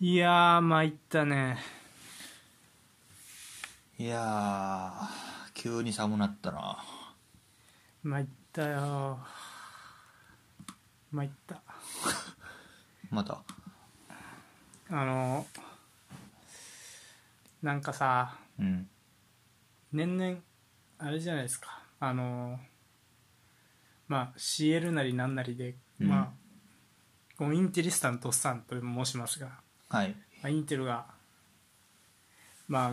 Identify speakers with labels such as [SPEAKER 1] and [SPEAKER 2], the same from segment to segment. [SPEAKER 1] いやー参ったね
[SPEAKER 2] いやー急に寒なったな
[SPEAKER 1] 参ったよ参った
[SPEAKER 2] また
[SPEAKER 1] あのなんかさ
[SPEAKER 2] うん
[SPEAKER 1] 年々あれじゃないですかあのまあ CL なりなんなりで、
[SPEAKER 2] うん
[SPEAKER 1] まあこうインテリスタントさんと申しますが、ま
[SPEAKER 2] はい
[SPEAKER 1] あ、インテルがまあ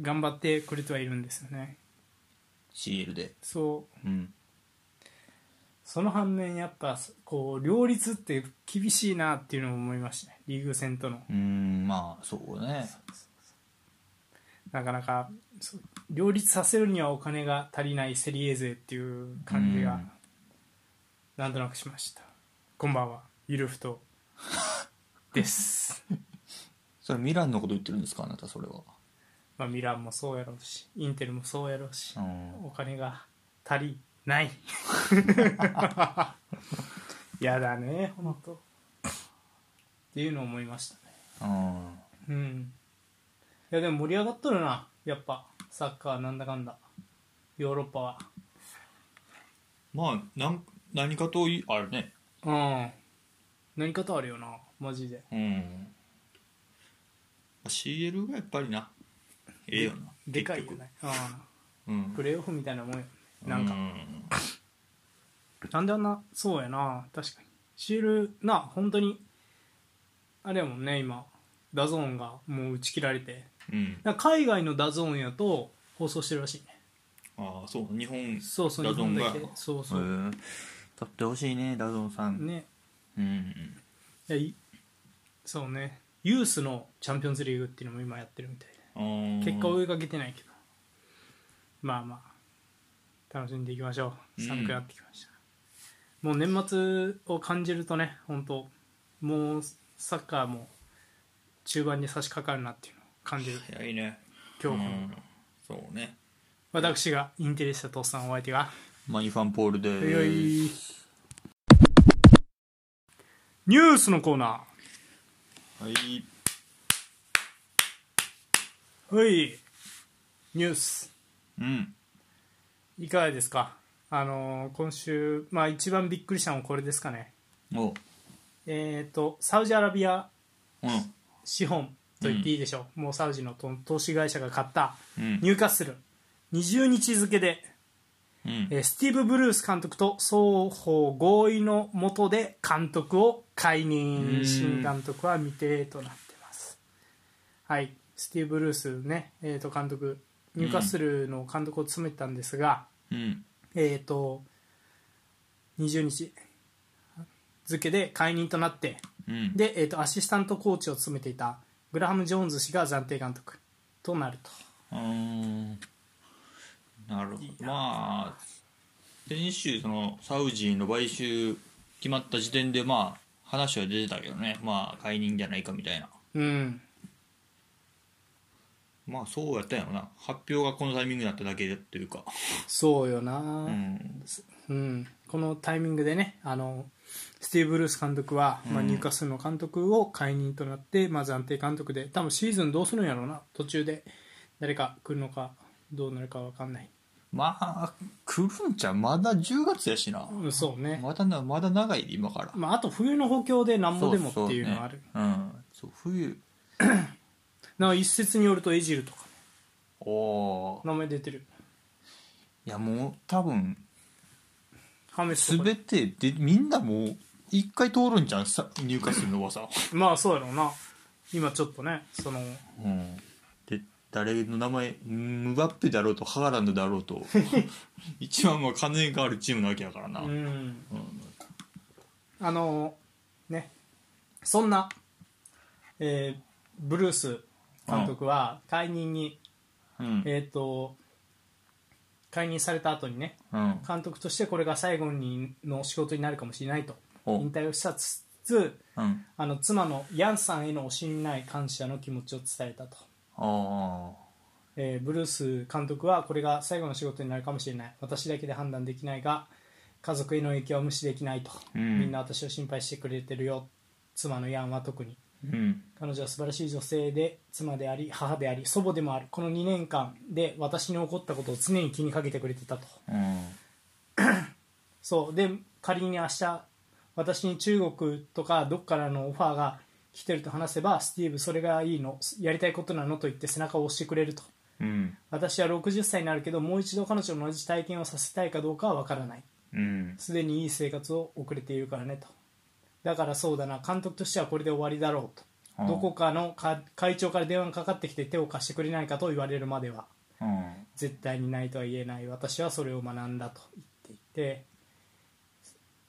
[SPEAKER 1] 頑張ってくれてはいるんですよね
[SPEAKER 2] CL で
[SPEAKER 1] そう
[SPEAKER 2] うん
[SPEAKER 1] その反面やっぱこう両立って厳しいなっていうのを思いましたねリーグ戦との
[SPEAKER 2] うーんまあそうね
[SPEAKER 1] なかなかそう両立させるにはお金が足りないセリエ勢っていう感じ
[SPEAKER 2] う
[SPEAKER 1] が
[SPEAKER 2] ん
[SPEAKER 1] なんとなくしましたこんばんはゆるふと です
[SPEAKER 2] それミランのこと言ってるんですかあなたそれは
[SPEAKER 1] まあミランもそうやろうしインテルもそうやろうし
[SPEAKER 2] うん
[SPEAKER 1] お金が足りない やだね本当っていうのを思いましたね
[SPEAKER 2] うん
[SPEAKER 1] うんいやでも盛り上がっとるなやっぱサッカーなんだかんだヨーロッパは
[SPEAKER 2] まあなん何かといあれね
[SPEAKER 1] うん何かとあるよなマジで
[SPEAKER 2] うんまあ CL がやっぱりなええよな
[SPEAKER 1] でかいよ
[SPEAKER 2] 結局
[SPEAKER 1] ね、う、
[SPEAKER 2] うんん
[SPEAKER 1] プレーオフみたいなもんよなんか、
[SPEAKER 2] うん
[SPEAKER 1] なんであんなそうやな確かにシールな本当にあれやもんね今ダゾーンがもう打ち切られて
[SPEAKER 2] うん
[SPEAKER 1] なんか海外のダゾーンやと放送してるらしいね
[SPEAKER 2] ああそう日本
[SPEAKER 1] そうそう
[SPEAKER 2] ダゾーンが
[SPEAKER 1] 日本だけそうそう、
[SPEAKER 2] うん取ってほしいねダゾンさん
[SPEAKER 1] ね
[SPEAKER 2] うん
[SPEAKER 1] いやいそうねユースのチャンピオンズリーグっていうのも今やってるみたい
[SPEAKER 2] うん
[SPEAKER 1] で結果追いかけてないけどまあまあ楽しんでいきましょう
[SPEAKER 2] うん
[SPEAKER 1] 寒くなってきました、もう年末を感じるとね本当もうサッカーも中盤に差し掛かるなっていうのを感じる
[SPEAKER 2] 早いね
[SPEAKER 1] 今日、
[SPEAKER 2] うんそうね
[SPEAKER 1] 私がインテリしたとっさんお相手が
[SPEAKER 2] マニファンポールで
[SPEAKER 1] よいニュースのコーナ
[SPEAKER 2] はい
[SPEAKER 1] ーはいニュース
[SPEAKER 2] うん
[SPEAKER 1] いかがですか、あのー今週、まあ、一番びっくりしたのはこれですかね、
[SPEAKER 2] おう
[SPEAKER 1] えー、とサウジアラビア
[SPEAKER 2] うん
[SPEAKER 1] 資本と言っていいでしょう、もうサウジのと投資会社が買った
[SPEAKER 2] うん
[SPEAKER 1] ニューカッスル、20日付で、
[SPEAKER 2] うん
[SPEAKER 1] えースティーブ・ブルース監督と双方合意のもとで監督を解
[SPEAKER 2] う
[SPEAKER 1] 任、
[SPEAKER 2] ん
[SPEAKER 1] 新監督は未定となってます。はい、スティーブ・ブルースね、えー、と監督、ニューカッスルの監督を務めてたんですが、
[SPEAKER 2] うん
[SPEAKER 1] えー、と20日付で解任となって
[SPEAKER 2] うん
[SPEAKER 1] で、えー、とアシスタントコーチを務めていたグラハム・ジョーンズ氏が暫定監督となると
[SPEAKER 2] うーんなるほどまあ先週そのサウジの買収決まった時点でまあ話は出てたけどねまあ解任じゃないかみたいな
[SPEAKER 1] うん
[SPEAKER 2] まあそうやったんやろな発表がこのタイミングだっただけというか
[SPEAKER 1] そうよな、
[SPEAKER 2] う
[SPEAKER 1] うん
[SPEAKER 2] ん
[SPEAKER 1] このタイミングでねあのスティーブ・ブルース監督は、まあ、
[SPEAKER 2] うん
[SPEAKER 1] 入荷するの監督を解任となって、まあ、暫定監督で多分シーズンどうするんやろうな途中で誰か来るのかどうなるか分かんない、
[SPEAKER 2] まあ来るんちゃうまだ10月やしな
[SPEAKER 1] うん、そうね、
[SPEAKER 2] まだなまだ長いで今から
[SPEAKER 1] まあ、あと冬の補強でなんぼでもっていうのはある
[SPEAKER 2] そうそうねうんそう冬
[SPEAKER 1] なんか一説によるとエジルとか
[SPEAKER 2] おお
[SPEAKER 1] 名前出てる
[SPEAKER 2] いやもう多分
[SPEAKER 1] ハメスとか
[SPEAKER 2] 全てでみんなもう一回通るんじゃんさ入荷するのはさ、
[SPEAKER 1] まあそうやろうな今ちょっとねその
[SPEAKER 2] うん、で誰の名前ムバッペだろうとハーランドだろうと一番まあ金があるチームなわけやからな、
[SPEAKER 1] う
[SPEAKER 2] うん
[SPEAKER 1] んあのねそんな、えーブルース監督は解任に、
[SPEAKER 2] うん
[SPEAKER 1] えっ、と解任された後にね
[SPEAKER 2] うん
[SPEAKER 1] 監督としてこれが最後にの仕事になるかもしれないと
[SPEAKER 2] お
[SPEAKER 1] 引退をしつつ
[SPEAKER 2] うん
[SPEAKER 1] あの妻のヤンさんへの惜しみない感謝の気持ちを伝えたと
[SPEAKER 2] あ
[SPEAKER 1] えーブルース監督はこれが最後の仕事になるかもしれない私だけで判断できないが家族への影響は無視できないと、
[SPEAKER 2] うん
[SPEAKER 1] みんな私を心配してくれてるよ妻のヤンは特に
[SPEAKER 2] うん
[SPEAKER 1] 彼女は素晴らしい女性で妻であり母であり祖母でもあるこの2年間で私に起こったことを常に気にかけてくれてたと
[SPEAKER 2] うん
[SPEAKER 1] そうで仮に明日私に中国とかどっからのオファーが来てると話せばスティーブそれがいいのやりたいことなのと言って背中を押してくれると
[SPEAKER 2] うん
[SPEAKER 1] 私は60歳になるけどもう一度彼女の同じ体験をさせたいかどうかは分からない
[SPEAKER 2] うん
[SPEAKER 1] すでにいい生活を送れているからねとだからそうだな監督としてはこれで終わりだろう
[SPEAKER 2] うん
[SPEAKER 1] とどこかのか会長から電話がかかってきて手を貸してくれないかと言われるまでは
[SPEAKER 2] うん
[SPEAKER 1] 絶対にないとは言えない私はそれを学んだと言っていて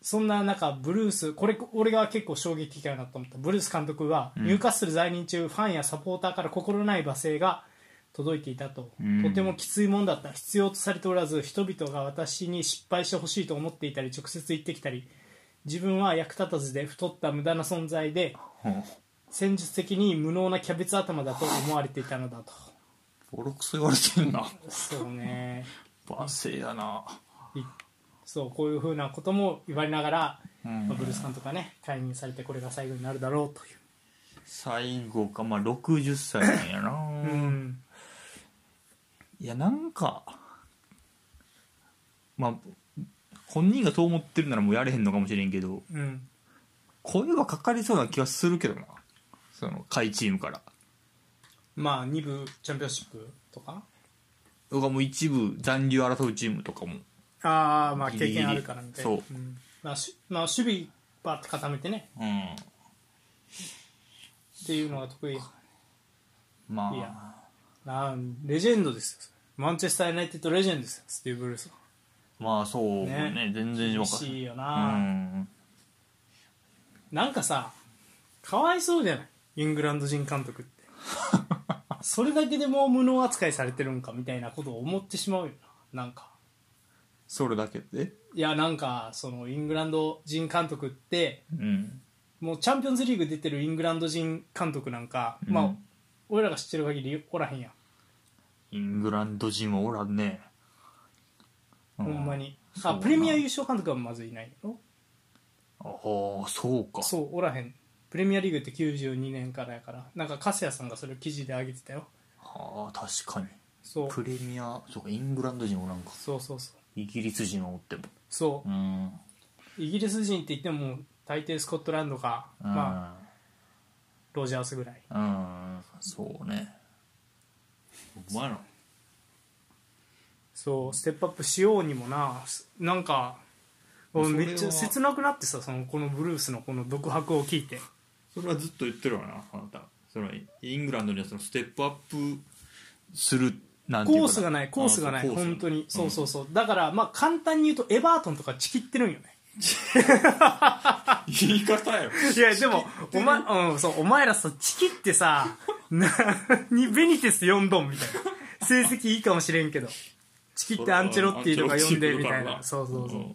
[SPEAKER 1] そんな中ブルースこれ俺が結構衝撃的だなと思ったブルース監督は
[SPEAKER 2] うん
[SPEAKER 1] 入荷する在任中、ファンやサポーターから心ない罵声が届いていたと、
[SPEAKER 2] うん
[SPEAKER 1] とてもきついもんだった必要とされておらず人々が私に失敗してほしいと思っていたり直接言ってきたり自分は役立たずで太った無駄な存在で
[SPEAKER 2] うん
[SPEAKER 1] 戦術的に無能なキャベツ頭だと思われていたのだと
[SPEAKER 2] ボロクソ言われてんな
[SPEAKER 1] そうね
[SPEAKER 2] 罵声だない
[SPEAKER 1] そうこういうふうなことも言われながら、
[SPEAKER 2] うん
[SPEAKER 1] まあブルース監督がね解任されてこれが最後になるだろうという、
[SPEAKER 2] 最後かまあ60歳なんやな
[SPEAKER 1] うん
[SPEAKER 2] いやなんかまあ本人がそう思ってるならもうやれへんのかもしれんけど
[SPEAKER 1] うん、
[SPEAKER 2] 声はかかりそうな気はするけどなその下位チームから
[SPEAKER 1] まあ2部チャンピオンシップとか
[SPEAKER 2] 僕はもう一部残留争うチームとかも
[SPEAKER 1] ああまあ
[SPEAKER 2] ギリ
[SPEAKER 1] 経
[SPEAKER 2] ギリ
[SPEAKER 1] 験あるからみたいな
[SPEAKER 2] そうん
[SPEAKER 1] まあ、しまあ守備バッと固めてね
[SPEAKER 2] うん
[SPEAKER 1] っていうのが得意
[SPEAKER 2] ま
[SPEAKER 1] いや
[SPEAKER 2] あ
[SPEAKER 1] あーレジェンドですよマンチェスター・ユナイテッドレジェンドですよスティーブ・ブルースは
[SPEAKER 2] まあそうね
[SPEAKER 1] ね
[SPEAKER 2] 全然
[SPEAKER 1] 厳
[SPEAKER 2] わかる
[SPEAKER 1] しいよ
[SPEAKER 2] う
[SPEAKER 1] な、
[SPEAKER 2] ん
[SPEAKER 1] なんかさかわいそうじゃないイングランド人監督って それだけでもう無能扱いされてるんかみたいなことを思ってしまうよななんか
[SPEAKER 2] それだけで
[SPEAKER 1] いやなんかそのイングランド人監督って
[SPEAKER 2] うん
[SPEAKER 1] もうチャンピオンズリーグ出てるイングランド人監督なんか、
[SPEAKER 2] うん
[SPEAKER 1] まあ俺らが知ってる限りおらへんやん、
[SPEAKER 2] イングランド人はおらんねう
[SPEAKER 1] ほんまに
[SPEAKER 2] そ
[SPEAKER 1] あ
[SPEAKER 2] うだな
[SPEAKER 1] プレミア優勝監督はまずいないの
[SPEAKER 2] ああそうか
[SPEAKER 1] そうおらへんプレミアリーグって92年からやからなんか粕谷さんがそれを記事で上げてたよ
[SPEAKER 2] ああ確かに
[SPEAKER 1] そう
[SPEAKER 2] プレミアそうかイングランド人おらんか
[SPEAKER 1] そうそうそう
[SPEAKER 2] イギリス人はおっても
[SPEAKER 1] そう
[SPEAKER 2] うん
[SPEAKER 1] イギリス人って言っても大抵スコットランドか、まあ、
[SPEAKER 2] あ
[SPEAKER 1] ロジャースぐらい
[SPEAKER 2] うんそうねお前ら
[SPEAKER 1] そうステップアップしようにもなすなんか
[SPEAKER 2] まあ
[SPEAKER 1] 俺めっ
[SPEAKER 2] そ
[SPEAKER 1] ち
[SPEAKER 2] れは
[SPEAKER 1] ゃ切なくなってさそのこのブルースのこの独白を聞いて
[SPEAKER 2] それはずっと言ってるわなあなたそのイングランドにはそのステップアップするなんていう
[SPEAKER 1] コ
[SPEAKER 2] か
[SPEAKER 1] ースがないコースがない
[SPEAKER 2] あそうコース
[SPEAKER 1] 本当にそうそうそう、だからまあ簡単に言うとエバートンとかチキってるんよね
[SPEAKER 2] 言い方よ
[SPEAKER 1] いやでもお,、前うん、そうお前らさチキってさなにベニテス4ドンみたいな成績いいかもしれんけどチキってアンチェロッティとか呼んでみたいなそうそうそう、
[SPEAKER 2] うん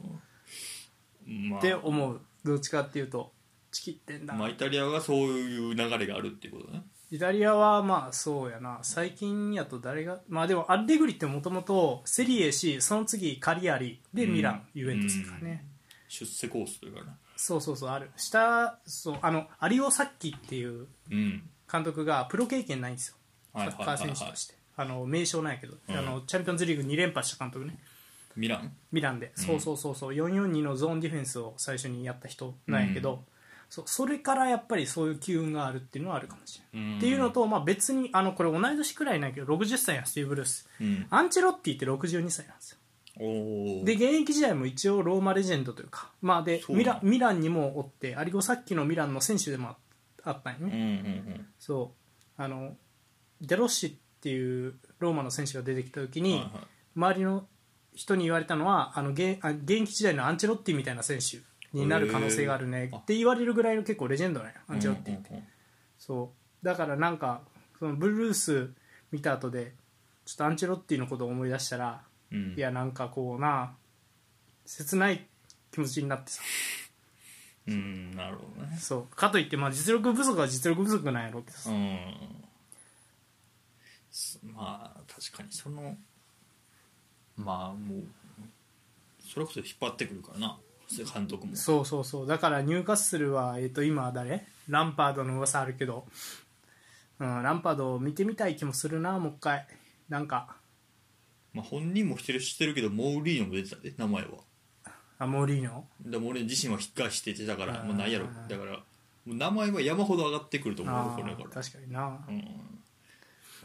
[SPEAKER 2] ま
[SPEAKER 1] っ
[SPEAKER 2] あ
[SPEAKER 1] て思うどっちかっていうとチキってんだ、
[SPEAKER 2] まあイタリアがそういう流れがあるっていうことね
[SPEAKER 1] イタリアはまあそうやな最近やと誰がまあでもアルレグリってもともとセリエしその次カリアリでミラン、
[SPEAKER 2] うん
[SPEAKER 1] ユベントスからね、
[SPEAKER 2] 出世コースというかな
[SPEAKER 1] そうそうそうある下そうあのアリオ・サッキっていう
[SPEAKER 2] うん
[SPEAKER 1] 監督がプロ経験ないんですよサ
[SPEAKER 2] はいはい
[SPEAKER 1] ッ
[SPEAKER 2] はい
[SPEAKER 1] カ
[SPEAKER 2] は
[SPEAKER 1] ー
[SPEAKER 2] い
[SPEAKER 1] 選手として、あの名称ないけど、
[SPEAKER 2] うん
[SPEAKER 1] あのチャンピオンズリーグ2連覇した監督ね
[SPEAKER 2] ミラン
[SPEAKER 1] ミランで、そうそうそうそう442のゾーンディフェンスを最初にやった人なんやけど、
[SPEAKER 2] うん
[SPEAKER 1] そうそれからやっぱりそういう機運があるっていうのはあるかもしれない、
[SPEAKER 2] っ
[SPEAKER 1] っていうの、と、まあ、別にあのこれ同い年くらいなんやけど60歳やスティーブ・ブルース
[SPEAKER 2] うん、
[SPEAKER 1] アンチェロッティって62歳なんですよ
[SPEAKER 2] おお
[SPEAKER 1] で現役時代も一応ローマレジェンドというか、まあ、で
[SPEAKER 2] そうな
[SPEAKER 1] ミ
[SPEAKER 2] んだ
[SPEAKER 1] ラミランにもおってアリゴさっきのミランの選手でもああったんよね、
[SPEAKER 2] うんうんうん
[SPEAKER 1] そうあのデロッシっていうローマの選手が出てきた時に、
[SPEAKER 2] はいはい
[SPEAKER 1] 周りの人に言われたのはあの現あ現役時代のアンチェロッティみたいな選手になる可能性があるね
[SPEAKER 2] へー
[SPEAKER 1] って言われるぐらいの結構レジェンドなんやアンチェロッティ、
[SPEAKER 2] うんうんうん
[SPEAKER 1] そうだからなんかそのブルース見た後でちょっとアンチェロッティのことを思い出したら、
[SPEAKER 2] うん
[SPEAKER 1] いやなんかこうな切ない気持ちになってさ
[SPEAKER 2] うんなるほどね
[SPEAKER 1] そうかといってまあ実力不足は実力不足なんやろうけどさ
[SPEAKER 2] うんすまあ確かにそのまあもうそれこそ引っ張ってくるからな監督も
[SPEAKER 1] そうそうそうだからニューカッスルは、えっと今誰ランパードの噂あるけど、うん、ランパードを見てみたい気もするなもう一回なんか
[SPEAKER 2] まあ、本人も知ってる知ってるけどモーリーノも出てたで名前は
[SPEAKER 1] あモーリーノ
[SPEAKER 2] でも俺自身は引っ返しててたから
[SPEAKER 1] あー
[SPEAKER 2] もうないやろだからもう名前は山ほど上がってくると思うよ
[SPEAKER 1] あ
[SPEAKER 2] これ
[SPEAKER 1] ー
[SPEAKER 2] だから
[SPEAKER 1] 確かにな
[SPEAKER 2] うん
[SPEAKER 1] い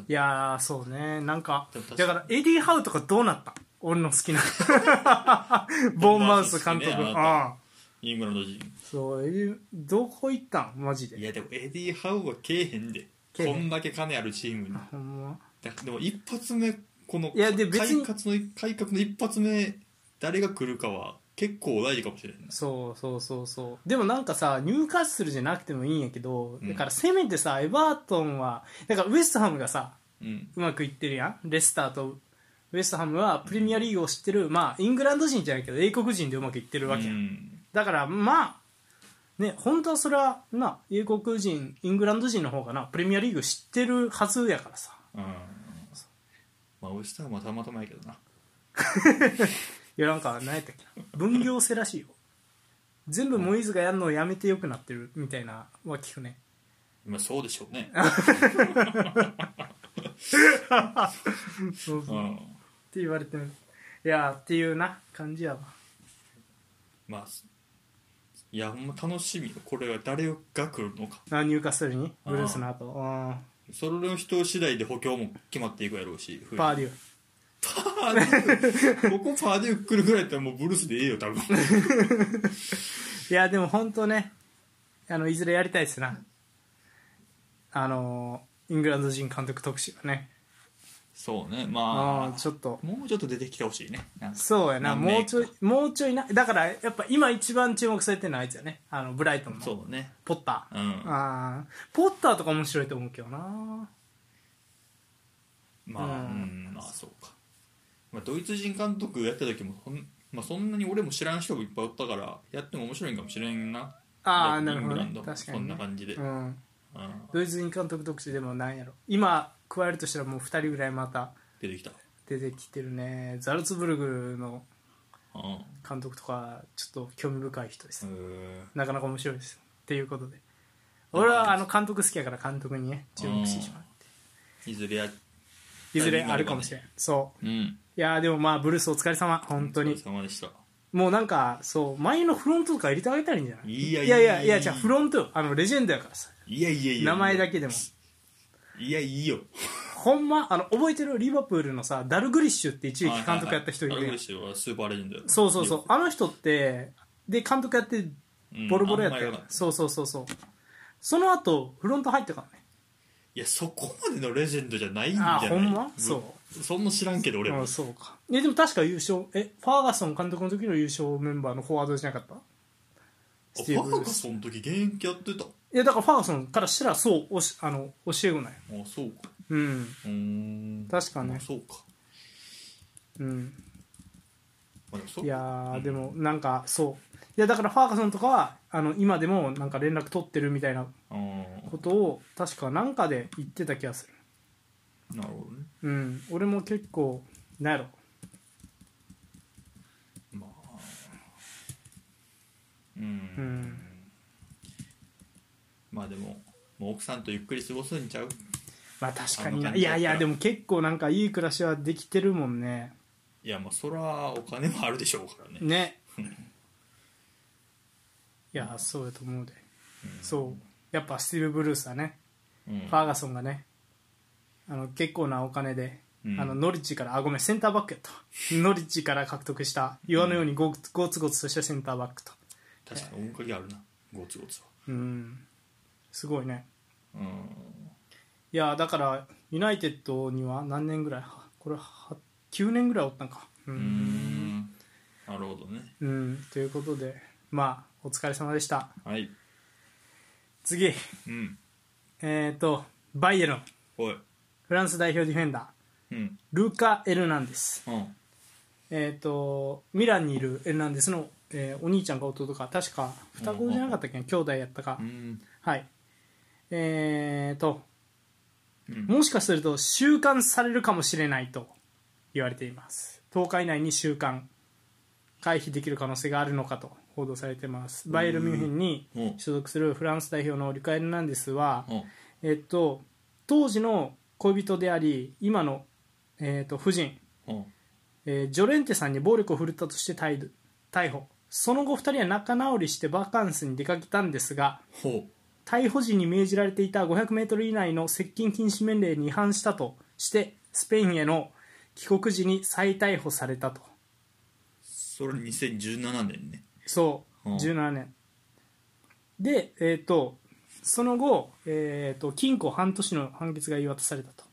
[SPEAKER 1] やーそうねなんか
[SPEAKER 2] でも確か
[SPEAKER 1] だ
[SPEAKER 2] に
[SPEAKER 1] からエディ・ハウとかどうなった俺の好 きなボーンマウス監督、
[SPEAKER 2] ボーンマウス好きねあ
[SPEAKER 1] あ
[SPEAKER 2] な
[SPEAKER 1] あ
[SPEAKER 2] イングランド人
[SPEAKER 1] そうエディどこ行ったんマジ
[SPEAKER 2] い
[SPEAKER 1] で
[SPEAKER 2] やでもエディ・ハウはけえへんで
[SPEAKER 1] けえへん
[SPEAKER 2] こんだけ金あるチームに
[SPEAKER 1] ほんま
[SPEAKER 2] だでも一発目この
[SPEAKER 1] いやで別
[SPEAKER 2] 改
[SPEAKER 1] に
[SPEAKER 2] 革の改革の一発目誰が来るかは結構大事かもしれない
[SPEAKER 1] そうそうそうそうでもなんかさニューカッスルじゃなくてもいいんやけど、
[SPEAKER 2] うん
[SPEAKER 1] だからせめてさエバートンはだからウエストハムがさ
[SPEAKER 2] うん
[SPEAKER 1] うまくいってるやんレスターとウエストハムはプレミアリーグを知ってる、まあイングランド人じゃないけど英国人でうまくいってるわけやん、
[SPEAKER 2] うん
[SPEAKER 1] だからまあね本当はそれはな英国人イングランド人の方がなプレミアリーグ知ってるはずやからさ
[SPEAKER 2] うんまあオイスターはたまたまやけどない
[SPEAKER 1] やなんか何やったっけな分業制らしいよ全部モイズがやるのをやめてよくなってるみたいなは聞くね
[SPEAKER 2] まあそうでしょうね
[SPEAKER 1] そう
[SPEAKER 2] う
[SPEAKER 1] そうっ
[SPEAKER 2] ん
[SPEAKER 1] て言われてるいやーっていうな感じやわ
[SPEAKER 2] まあすいやほんま楽しみよこれは誰が来るのか
[SPEAKER 1] あ入荷するにブルースの後う
[SPEAKER 2] それの人次第で補強も決まっていくやろうし
[SPEAKER 1] んパー
[SPEAKER 2] デ
[SPEAKER 1] デュー
[SPEAKER 2] パーデューここパーデュー来るぐらいやったらもうブルースでええよ多分
[SPEAKER 1] いやでも本当ねあのいずれやりたいですなあのーイングランド人監督特集はね
[SPEAKER 2] そうね
[SPEAKER 1] あ
[SPEAKER 2] ま
[SPEAKER 1] あ
[SPEAKER 2] あ
[SPEAKER 1] ちょっと
[SPEAKER 2] もうちょっと出てきてほしいねなんか
[SPEAKER 1] そうやな
[SPEAKER 2] 何名
[SPEAKER 1] も
[SPEAKER 2] か
[SPEAKER 1] うちょいもうちょいなだからやっぱ今一番注目されてるのはあいつやねあのブライトンの
[SPEAKER 2] そうね
[SPEAKER 1] ポッター、
[SPEAKER 2] うん
[SPEAKER 1] あーポッターとか面白いと思うけどな
[SPEAKER 2] まあ、
[SPEAKER 1] う
[SPEAKER 2] うんん、まあそうか、まあ、ドイツ人監督やった時もほん、まあ、そんなに俺も知らん人もいっぱいおったからやっても面白いんかもしれんな
[SPEAKER 1] ああ
[SPEAKER 2] イング
[SPEAKER 1] なるほど、
[SPEAKER 2] ラ
[SPEAKER 1] ね
[SPEAKER 2] ンド、も
[SPEAKER 1] 確かに、ね、
[SPEAKER 2] そんな感じで
[SPEAKER 1] うん、
[SPEAKER 2] うん
[SPEAKER 1] ドイツ人監督特集でもなんやろ今加えるとしたらもう2人ぐらいまた
[SPEAKER 2] 出てきた、
[SPEAKER 1] 出てきてるねザルツブルグの
[SPEAKER 2] うん
[SPEAKER 1] 監督とかちょっと興味深い人です、
[SPEAKER 2] へ
[SPEAKER 1] なかなか面白いですっていうことで俺はあの監督好きやから監督にね注目してしまう
[SPEAKER 2] えいずれや
[SPEAKER 1] いずれあるかもしれんそう
[SPEAKER 2] うん
[SPEAKER 1] いやーでもまあブルースお疲れ様本当
[SPEAKER 2] お疲
[SPEAKER 1] に
[SPEAKER 2] れ様でした
[SPEAKER 1] もうなんかそう前のフロントとか入れてあげたらいいんじゃない
[SPEAKER 2] いや
[SPEAKER 1] い
[SPEAKER 2] い
[SPEAKER 1] や
[SPEAKER 2] や
[SPEAKER 1] い
[SPEAKER 2] い
[SPEAKER 1] や
[SPEAKER 2] や
[SPEAKER 1] いやじゃあフロントよあのレジェンドやからさ
[SPEAKER 2] いやいやいや
[SPEAKER 1] 名前だけでも
[SPEAKER 2] いやいいよ
[SPEAKER 1] ほんまあの覚えてるリバプールのさダルグリッシュって一時期監督やった人い
[SPEAKER 2] はいはい
[SPEAKER 1] る
[SPEAKER 2] は
[SPEAKER 1] やん
[SPEAKER 2] いダルグリッシュはスーパーレジェンドや
[SPEAKER 1] そうそうそうあの人ってで監督やって
[SPEAKER 2] うん
[SPEAKER 1] ボロボロやった
[SPEAKER 2] あ
[SPEAKER 1] や
[SPEAKER 2] ん
[SPEAKER 1] ん
[SPEAKER 2] まやらない
[SPEAKER 1] そうそうそうそうその後フロント入ったからね
[SPEAKER 2] いやそこまでのレジェンドじゃないんじゃ
[SPEAKER 1] あ
[SPEAKER 2] ない
[SPEAKER 1] ほんま
[SPEAKER 2] ぶ
[SPEAKER 1] そ
[SPEAKER 2] そんな知らんけど
[SPEAKER 1] う
[SPEAKER 2] 俺
[SPEAKER 1] う
[SPEAKER 2] も
[SPEAKER 1] んそうかえでも確か優勝えファーガソン監督の時の優勝メンバーのフォワードじゃなかった
[SPEAKER 2] あ
[SPEAKER 1] スティーブ
[SPEAKER 2] バカかその時現役やってたあ
[SPEAKER 1] いやだからファーガソンからしたらそうおしあの教え子なんよ
[SPEAKER 2] そうか
[SPEAKER 1] うん
[SPEAKER 2] うーん
[SPEAKER 1] 確かね
[SPEAKER 2] まあそうか、
[SPEAKER 1] うん
[SPEAKER 2] まあ、でもそう
[SPEAKER 1] いやーでもなんかそういやだからファーガソンとかはあの今でもなんか連絡取ってるみたいな
[SPEAKER 2] あー
[SPEAKER 1] ことを確かなんかで言ってた気がす
[SPEAKER 2] なるほどね
[SPEAKER 1] るうん俺も結構なんやろ
[SPEAKER 2] まあうん、
[SPEAKER 1] うん
[SPEAKER 2] まあでももう奥さんとゆっくり過ごすんちゃう
[SPEAKER 1] まあ確かに
[SPEAKER 2] あの感
[SPEAKER 1] な
[SPEAKER 2] じ
[SPEAKER 1] いやい
[SPEAKER 2] だ
[SPEAKER 1] や
[SPEAKER 2] った
[SPEAKER 1] で
[SPEAKER 2] ら
[SPEAKER 1] も結構なんかいい暮らしはできてるもんね
[SPEAKER 2] いやまあそらお金もあるでしょうからね
[SPEAKER 1] ねいやそうやと思うで、そうやっぱスティーブ・ブルースはね
[SPEAKER 2] うん
[SPEAKER 1] ファーガソンがねあの結構なお金で、
[SPEAKER 2] うん
[SPEAKER 1] あのノリッチからあごめんセンターバックやったわ ノリッチから獲得した岩のようにゴ,、ゴツゴツとしたセンターバックと
[SPEAKER 2] 確かに面影あるなゴツゴツは
[SPEAKER 1] うんすごいね
[SPEAKER 2] うん
[SPEAKER 1] いやだからユナイテッドには何年ぐらいはこれは9年ぐらいおったんかう
[SPEAKER 2] うーんなるほどね
[SPEAKER 1] うん、ということで、まあ、お疲れ様でした。
[SPEAKER 2] はい
[SPEAKER 1] 次、
[SPEAKER 2] うん
[SPEAKER 1] えっ、と、バイエルン、
[SPEAKER 2] おい
[SPEAKER 1] フランス代表ディフェンダー、
[SPEAKER 2] うん
[SPEAKER 1] ルカ・エルナンデス。
[SPEAKER 2] うん
[SPEAKER 1] えっ、と、ミランにいるエルナンデスの、えーお兄ちゃんか弟か、確か双子じゃなかったっけ、兄弟やったか。
[SPEAKER 2] うん
[SPEAKER 1] はい。えっ、と、
[SPEAKER 2] うん
[SPEAKER 1] もしかすると収監されるかもしれないと言われています。10日以内に収監、回避できる可能性があるのかと報道されてますバイエルンミュンヘンに
[SPEAKER 2] うん
[SPEAKER 1] 所属するフランス代表のリュカ・エルナンデスは、
[SPEAKER 2] うん
[SPEAKER 1] えっと、当時の恋人であり今の、えっと、夫人、
[SPEAKER 2] うん
[SPEAKER 1] えージョレンテさんに暴力を振るったとして逮捕逮捕その後2人は仲直りしてバカンスに出かけたんですが
[SPEAKER 2] ほ
[SPEAKER 1] 逮捕時に命じられていた 500m 以内の接近禁止命令に違反したとしてスペインへの帰国時に再逮捕されたと
[SPEAKER 2] それ2017年ね
[SPEAKER 1] そう
[SPEAKER 2] うん
[SPEAKER 1] 17年でえっ、とその後、えー、と禁錮半年の判決が言い渡されたと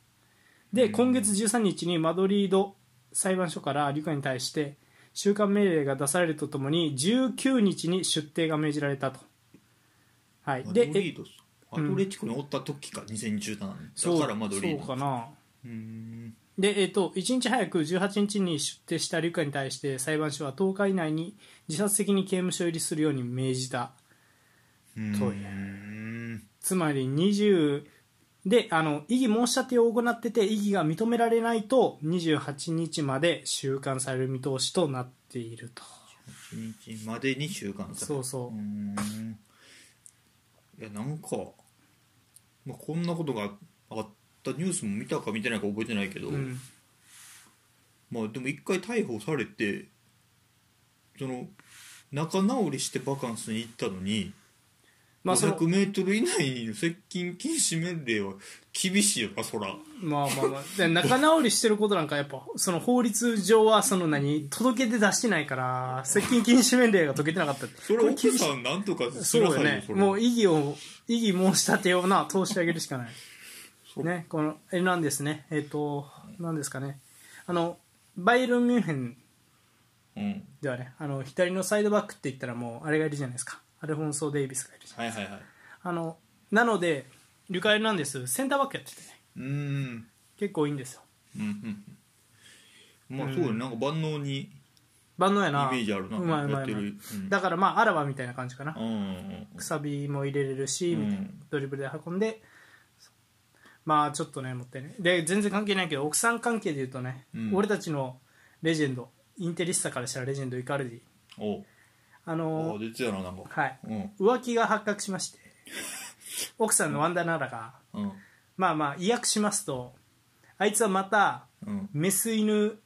[SPEAKER 1] で今月13日にマドリード裁判所からリュカに対して収監命令が出されるとともに19日に出廷が命じられたとはい
[SPEAKER 2] マド
[SPEAKER 1] で
[SPEAKER 2] リ
[SPEAKER 1] え
[SPEAKER 2] ードさアトレティコにおった時か2017年
[SPEAKER 1] そう
[SPEAKER 2] だからマドリード
[SPEAKER 1] そうかな
[SPEAKER 2] うーん
[SPEAKER 1] で、えっと1日早く18日に出廷したリュカに対して裁判所は10日以内に自殺的に刑務所入りするように命じた
[SPEAKER 2] うーん
[SPEAKER 1] そうやつまり20であの異議申し立てを行ってて異議が認められないと28日まで収監される見通しとなっていると
[SPEAKER 2] 1日までに収監され
[SPEAKER 1] そう
[SPEAKER 2] る
[SPEAKER 1] そう
[SPEAKER 2] ーんいやなんか、まあ、こんなことがあったニュースも見たか見てないか覚えてないけど、
[SPEAKER 1] う、うん、
[SPEAKER 2] まあでも一回逮捕されてその仲直りしてバカンスに行ったのに、
[SPEAKER 1] まあその
[SPEAKER 2] 500m 以内に接近禁止命令は厳しいよなそら
[SPEAKER 1] まあまあまあで仲直りしてることなんかやっぱその法律上はその何届け出出してないから接近禁止命令が解けてなかったって
[SPEAKER 2] それ
[SPEAKER 1] こ
[SPEAKER 2] 奥
[SPEAKER 1] 厳しい
[SPEAKER 2] さんなんとかし
[SPEAKER 1] そう
[SPEAKER 2] なさ
[SPEAKER 1] よ
[SPEAKER 2] いよ
[SPEAKER 1] ね
[SPEAKER 2] それ
[SPEAKER 1] もう異議を異議申し立てをな通してあげるしかない
[SPEAKER 2] そう
[SPEAKER 1] ねこのえなんですねえっ、となんですかねあのバイエルンミュンヘン
[SPEAKER 2] うん
[SPEAKER 1] ではねあの左のサイドバックって言ったらもうあれがいるじゃないですかアルフォンソ・デイビスがいるじゃん
[SPEAKER 2] はいはいはい
[SPEAKER 1] あのなのでリュカ・エルナンデスセンターバックやっててね
[SPEAKER 2] うーん
[SPEAKER 1] 結構いいんですよ
[SPEAKER 2] うんうんうんまあそうだねなんか万能に
[SPEAKER 1] 万能やな
[SPEAKER 2] イメージあるな
[SPEAKER 1] うまいうま
[SPEAKER 2] や
[SPEAKER 1] い
[SPEAKER 2] って
[SPEAKER 1] うまい
[SPEAKER 2] るうん
[SPEAKER 1] だからまあアラバみたいな感じかな
[SPEAKER 2] うんうん
[SPEAKER 1] くさびも入れれるし、
[SPEAKER 2] うん
[SPEAKER 1] みたいなドリブルで運んでまあちょっとね持ってねで全然関係ないけど奥さん関係で言うとね、
[SPEAKER 2] うん
[SPEAKER 1] 俺たちのレジェンドインテリスタからしたらレジェンドイカルディ
[SPEAKER 2] おう
[SPEAKER 1] あ
[SPEAKER 2] お
[SPEAKER 1] の
[SPEAKER 2] う出てたななんか
[SPEAKER 1] はい
[SPEAKER 2] うん
[SPEAKER 1] 浮気が発覚しま して奥さんのワンダナラが、
[SPEAKER 2] うん
[SPEAKER 1] まあまあ意訳しますとあいつはまた
[SPEAKER 2] うん
[SPEAKER 1] メス犬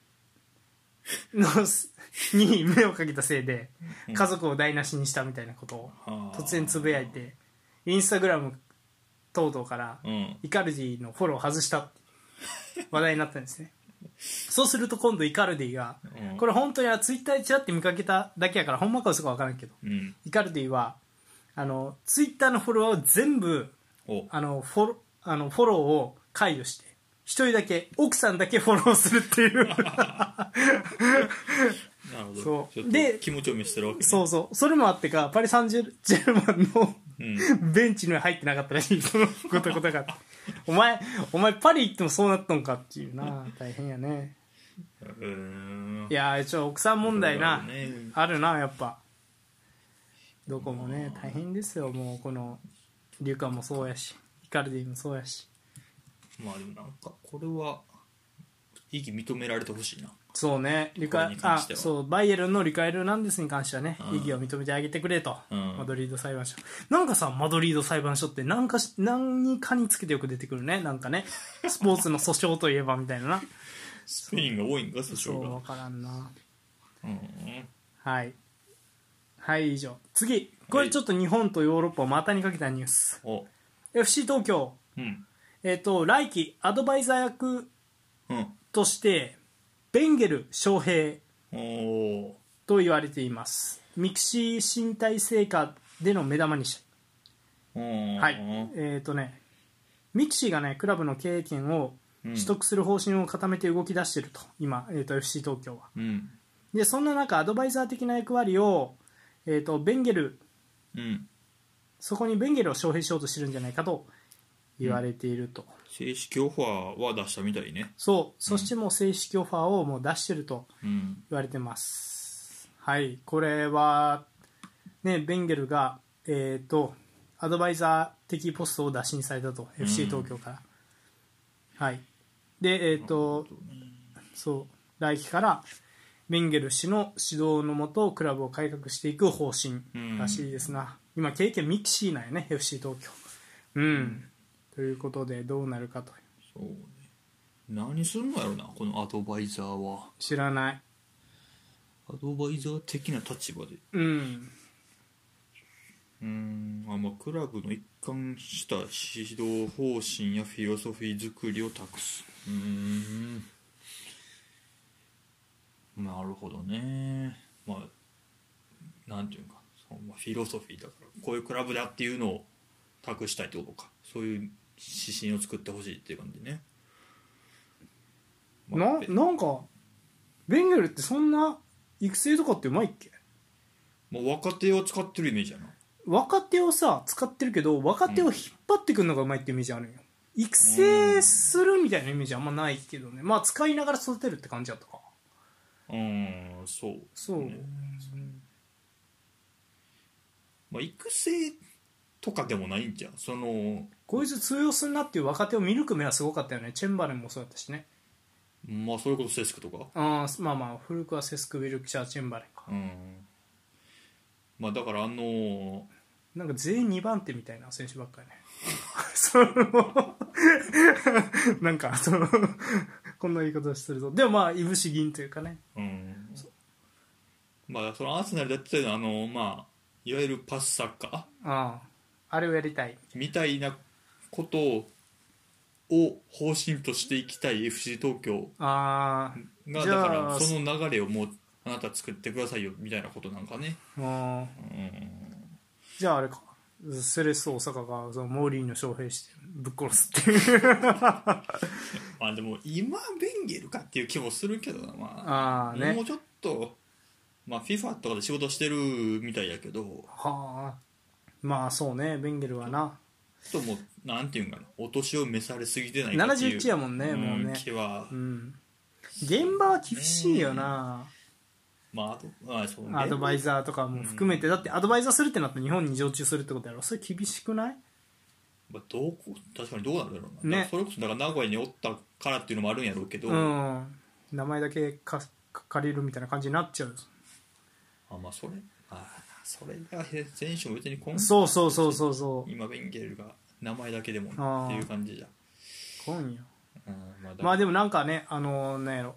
[SPEAKER 1] の すに目をかけたせいで
[SPEAKER 2] うん
[SPEAKER 1] 家族を台無しにしたみたいなことを
[SPEAKER 2] はあ
[SPEAKER 1] 突然つぶやいてインスタグラム等々から
[SPEAKER 2] うん
[SPEAKER 1] イカルディのフォロー外したって話題になったんです ねそうすると今度イカルディが
[SPEAKER 2] うん
[SPEAKER 1] これ本当にツイッターでちらって見かけただけやからほんまか嘘か分からんけど
[SPEAKER 2] うん
[SPEAKER 1] イカルディはあのツイッターのフォロワーを全部
[SPEAKER 2] お
[SPEAKER 1] あのフォロあのフォローを解除して一人だけ奥さんだけフォローするって いう
[SPEAKER 2] なるほど
[SPEAKER 1] そう
[SPEAKER 2] ちょっと
[SPEAKER 1] で
[SPEAKER 2] 気持ちを見せてるわけね
[SPEAKER 1] そうそうそれもあってかパリ・サンジェルジェルマンの
[SPEAKER 2] うん
[SPEAKER 1] ベンチには入ってなかったらしいそのごたごたがあってお前お前パリ行ってもそうなったんかっていうな大変やね
[SPEAKER 2] うーん
[SPEAKER 1] いやーちょ奥さん問題な
[SPEAKER 2] そうだよね
[SPEAKER 1] あるなやっぱどこもね大変ですよもうこのリュカもそうやしイカルディもそうやし
[SPEAKER 2] まあでもなんかこれは意義認められてほしいな
[SPEAKER 1] そうね、リ
[SPEAKER 2] こ
[SPEAKER 1] カ
[SPEAKER 2] れに関
[SPEAKER 1] あ
[SPEAKER 2] しては
[SPEAKER 1] そうバイエルンのリカエルナンデスに関してはね、
[SPEAKER 2] うん
[SPEAKER 1] 異議を認めてあげてくれと、
[SPEAKER 2] うん
[SPEAKER 1] マドリード裁判所なんかさマドリード裁判所って何かし何かにつけてよく出てくるねなんかねスポーツの訴訟といえばみたいなな
[SPEAKER 2] スペインが多いんか訴
[SPEAKER 1] そ
[SPEAKER 2] 訟
[SPEAKER 1] う分
[SPEAKER 2] が
[SPEAKER 1] からんな
[SPEAKER 2] うん
[SPEAKER 1] はいはい以上次これちょっと日本とヨーロッパをまたにかけたニュース
[SPEAKER 2] お
[SPEAKER 1] FC 東京
[SPEAKER 2] うん
[SPEAKER 1] えっ、と来季アドバイザー役
[SPEAKER 2] うん
[SPEAKER 1] としてベンゲル翔平
[SPEAKER 2] おお
[SPEAKER 1] と言われていますミクシー新体制下での目玉にし
[SPEAKER 2] ー
[SPEAKER 1] はいえっ、とねミクシーがねクラブの経営権を
[SPEAKER 2] うん
[SPEAKER 1] 取得する方針を固めて動き出してると今、えー、と FC 東京は
[SPEAKER 2] うん
[SPEAKER 1] でそんな中アドバイザー的な役割を、えー、とベンゲル
[SPEAKER 2] うん
[SPEAKER 1] そこにベンゲルを招聘しようとしてるんじゃないかと言われていると、
[SPEAKER 2] 正式オファーは出したみたいね
[SPEAKER 1] そうそしてもう正式オファーをもう出してると
[SPEAKER 2] うん
[SPEAKER 1] 言われてますはいこれはねベンゲルがえっ、とアドバイザー的ポストを打診されたと、
[SPEAKER 2] ん
[SPEAKER 1] FC 東京からはいでえっ、とそう来季から、メンゲル氏の指導のもとクラブを改革していく方針らしいですな、今経験ミキシーなんやね FC 東京うん、ということでどうなるかと
[SPEAKER 2] そうね何するのやろなこのアドバイザーは
[SPEAKER 1] 知らない
[SPEAKER 2] アドバイザー的な立場で
[SPEAKER 1] うん
[SPEAKER 2] うーんあまあクラブの一貫した指導方針やフィロソフィー作りを託すうーんなるほどねまあなんていうかそのまあフィロソフィーだからこういうクラブだっていうのを託したいってことかそういう指針を作ってほしいっていう感じね、ま
[SPEAKER 1] な
[SPEAKER 2] あ
[SPEAKER 1] なんかベンゲルってそんな育成とかってうまいっけ
[SPEAKER 2] もう若手を使ってるイメージやな
[SPEAKER 1] 若手をさ使ってるけど若手を引っ張ってくるのがうまいってイメージあるんよ育成するみたいなイメージあんまないけどねまあ使いながら育てるって感じだったか
[SPEAKER 2] うーんそう
[SPEAKER 1] そう、
[SPEAKER 2] ねまあ、育成とかでもないんじゃんその
[SPEAKER 1] こいつ通用するなっていう若手を見抜く目はすごかったよねチェンバレンもそうだったしね
[SPEAKER 2] まあそれこそセスクとか
[SPEAKER 1] あーまあまあ古くはセスク・ウィルクシャー・チェンバレンか
[SPEAKER 2] うんまあだからあのー
[SPEAKER 1] なんか全員2番手みたいな選手ばっかりね その なんかそのこんな言い方するとでもまあいぶし銀というかね
[SPEAKER 2] うんまあそのアーセナルでやってたようなあのまあいわゆるパスサッカー
[SPEAKER 1] あああれをやりたい
[SPEAKER 2] みたいなことをを方針としていきたい FC 東京
[SPEAKER 1] あ
[SPEAKER 2] がだ
[SPEAKER 1] じゃあ
[SPEAKER 2] からその流れをもうあなた作ってくださいよみたいなことなんかね
[SPEAKER 1] あもう
[SPEAKER 2] うん
[SPEAKER 1] じゃああれかセレッソ大阪がそのモーリーの招聘してぶっ殺すっていう
[SPEAKER 2] まあでも今ベンゲルかっていう気もするけどなまあ
[SPEAKER 1] ああね
[SPEAKER 2] もうちょっと、まあ、FIFA とかで仕事してるみたいやけど、
[SPEAKER 1] はあまあそうねベンゲルはな
[SPEAKER 2] ちょっともう、なんていうんかな、お年を召されすぎてないかっていう
[SPEAKER 1] 71やもんねもうね
[SPEAKER 2] ん気は
[SPEAKER 1] う、ん現場は厳しいよな、
[SPEAKER 2] まあ、あと、まあ、そうね
[SPEAKER 1] アドバイザーとかも含めて、だってアドバイザーするってなったら日本に常駐するってことやろそれ厳しくない
[SPEAKER 2] まあ、どうこう、確かにどうなんだろうな。
[SPEAKER 1] ね
[SPEAKER 2] だからそれこそ、だから名古屋におったからっていうのもあるんやろうけど、
[SPEAKER 1] う
[SPEAKER 2] あ
[SPEAKER 1] ん名前だけかか借りるみたいな感じになっちゃう
[SPEAKER 2] まあ、それ、ああ、それが、選手も別に今
[SPEAKER 1] そうそうそうそうそう
[SPEAKER 2] 今、ベンゲルが名前だけでも
[SPEAKER 1] あー
[SPEAKER 2] っていう感じじゃ。
[SPEAKER 1] 今夜
[SPEAKER 2] うん、まあ、
[SPEAKER 1] まあでもなんかねあのなんやろ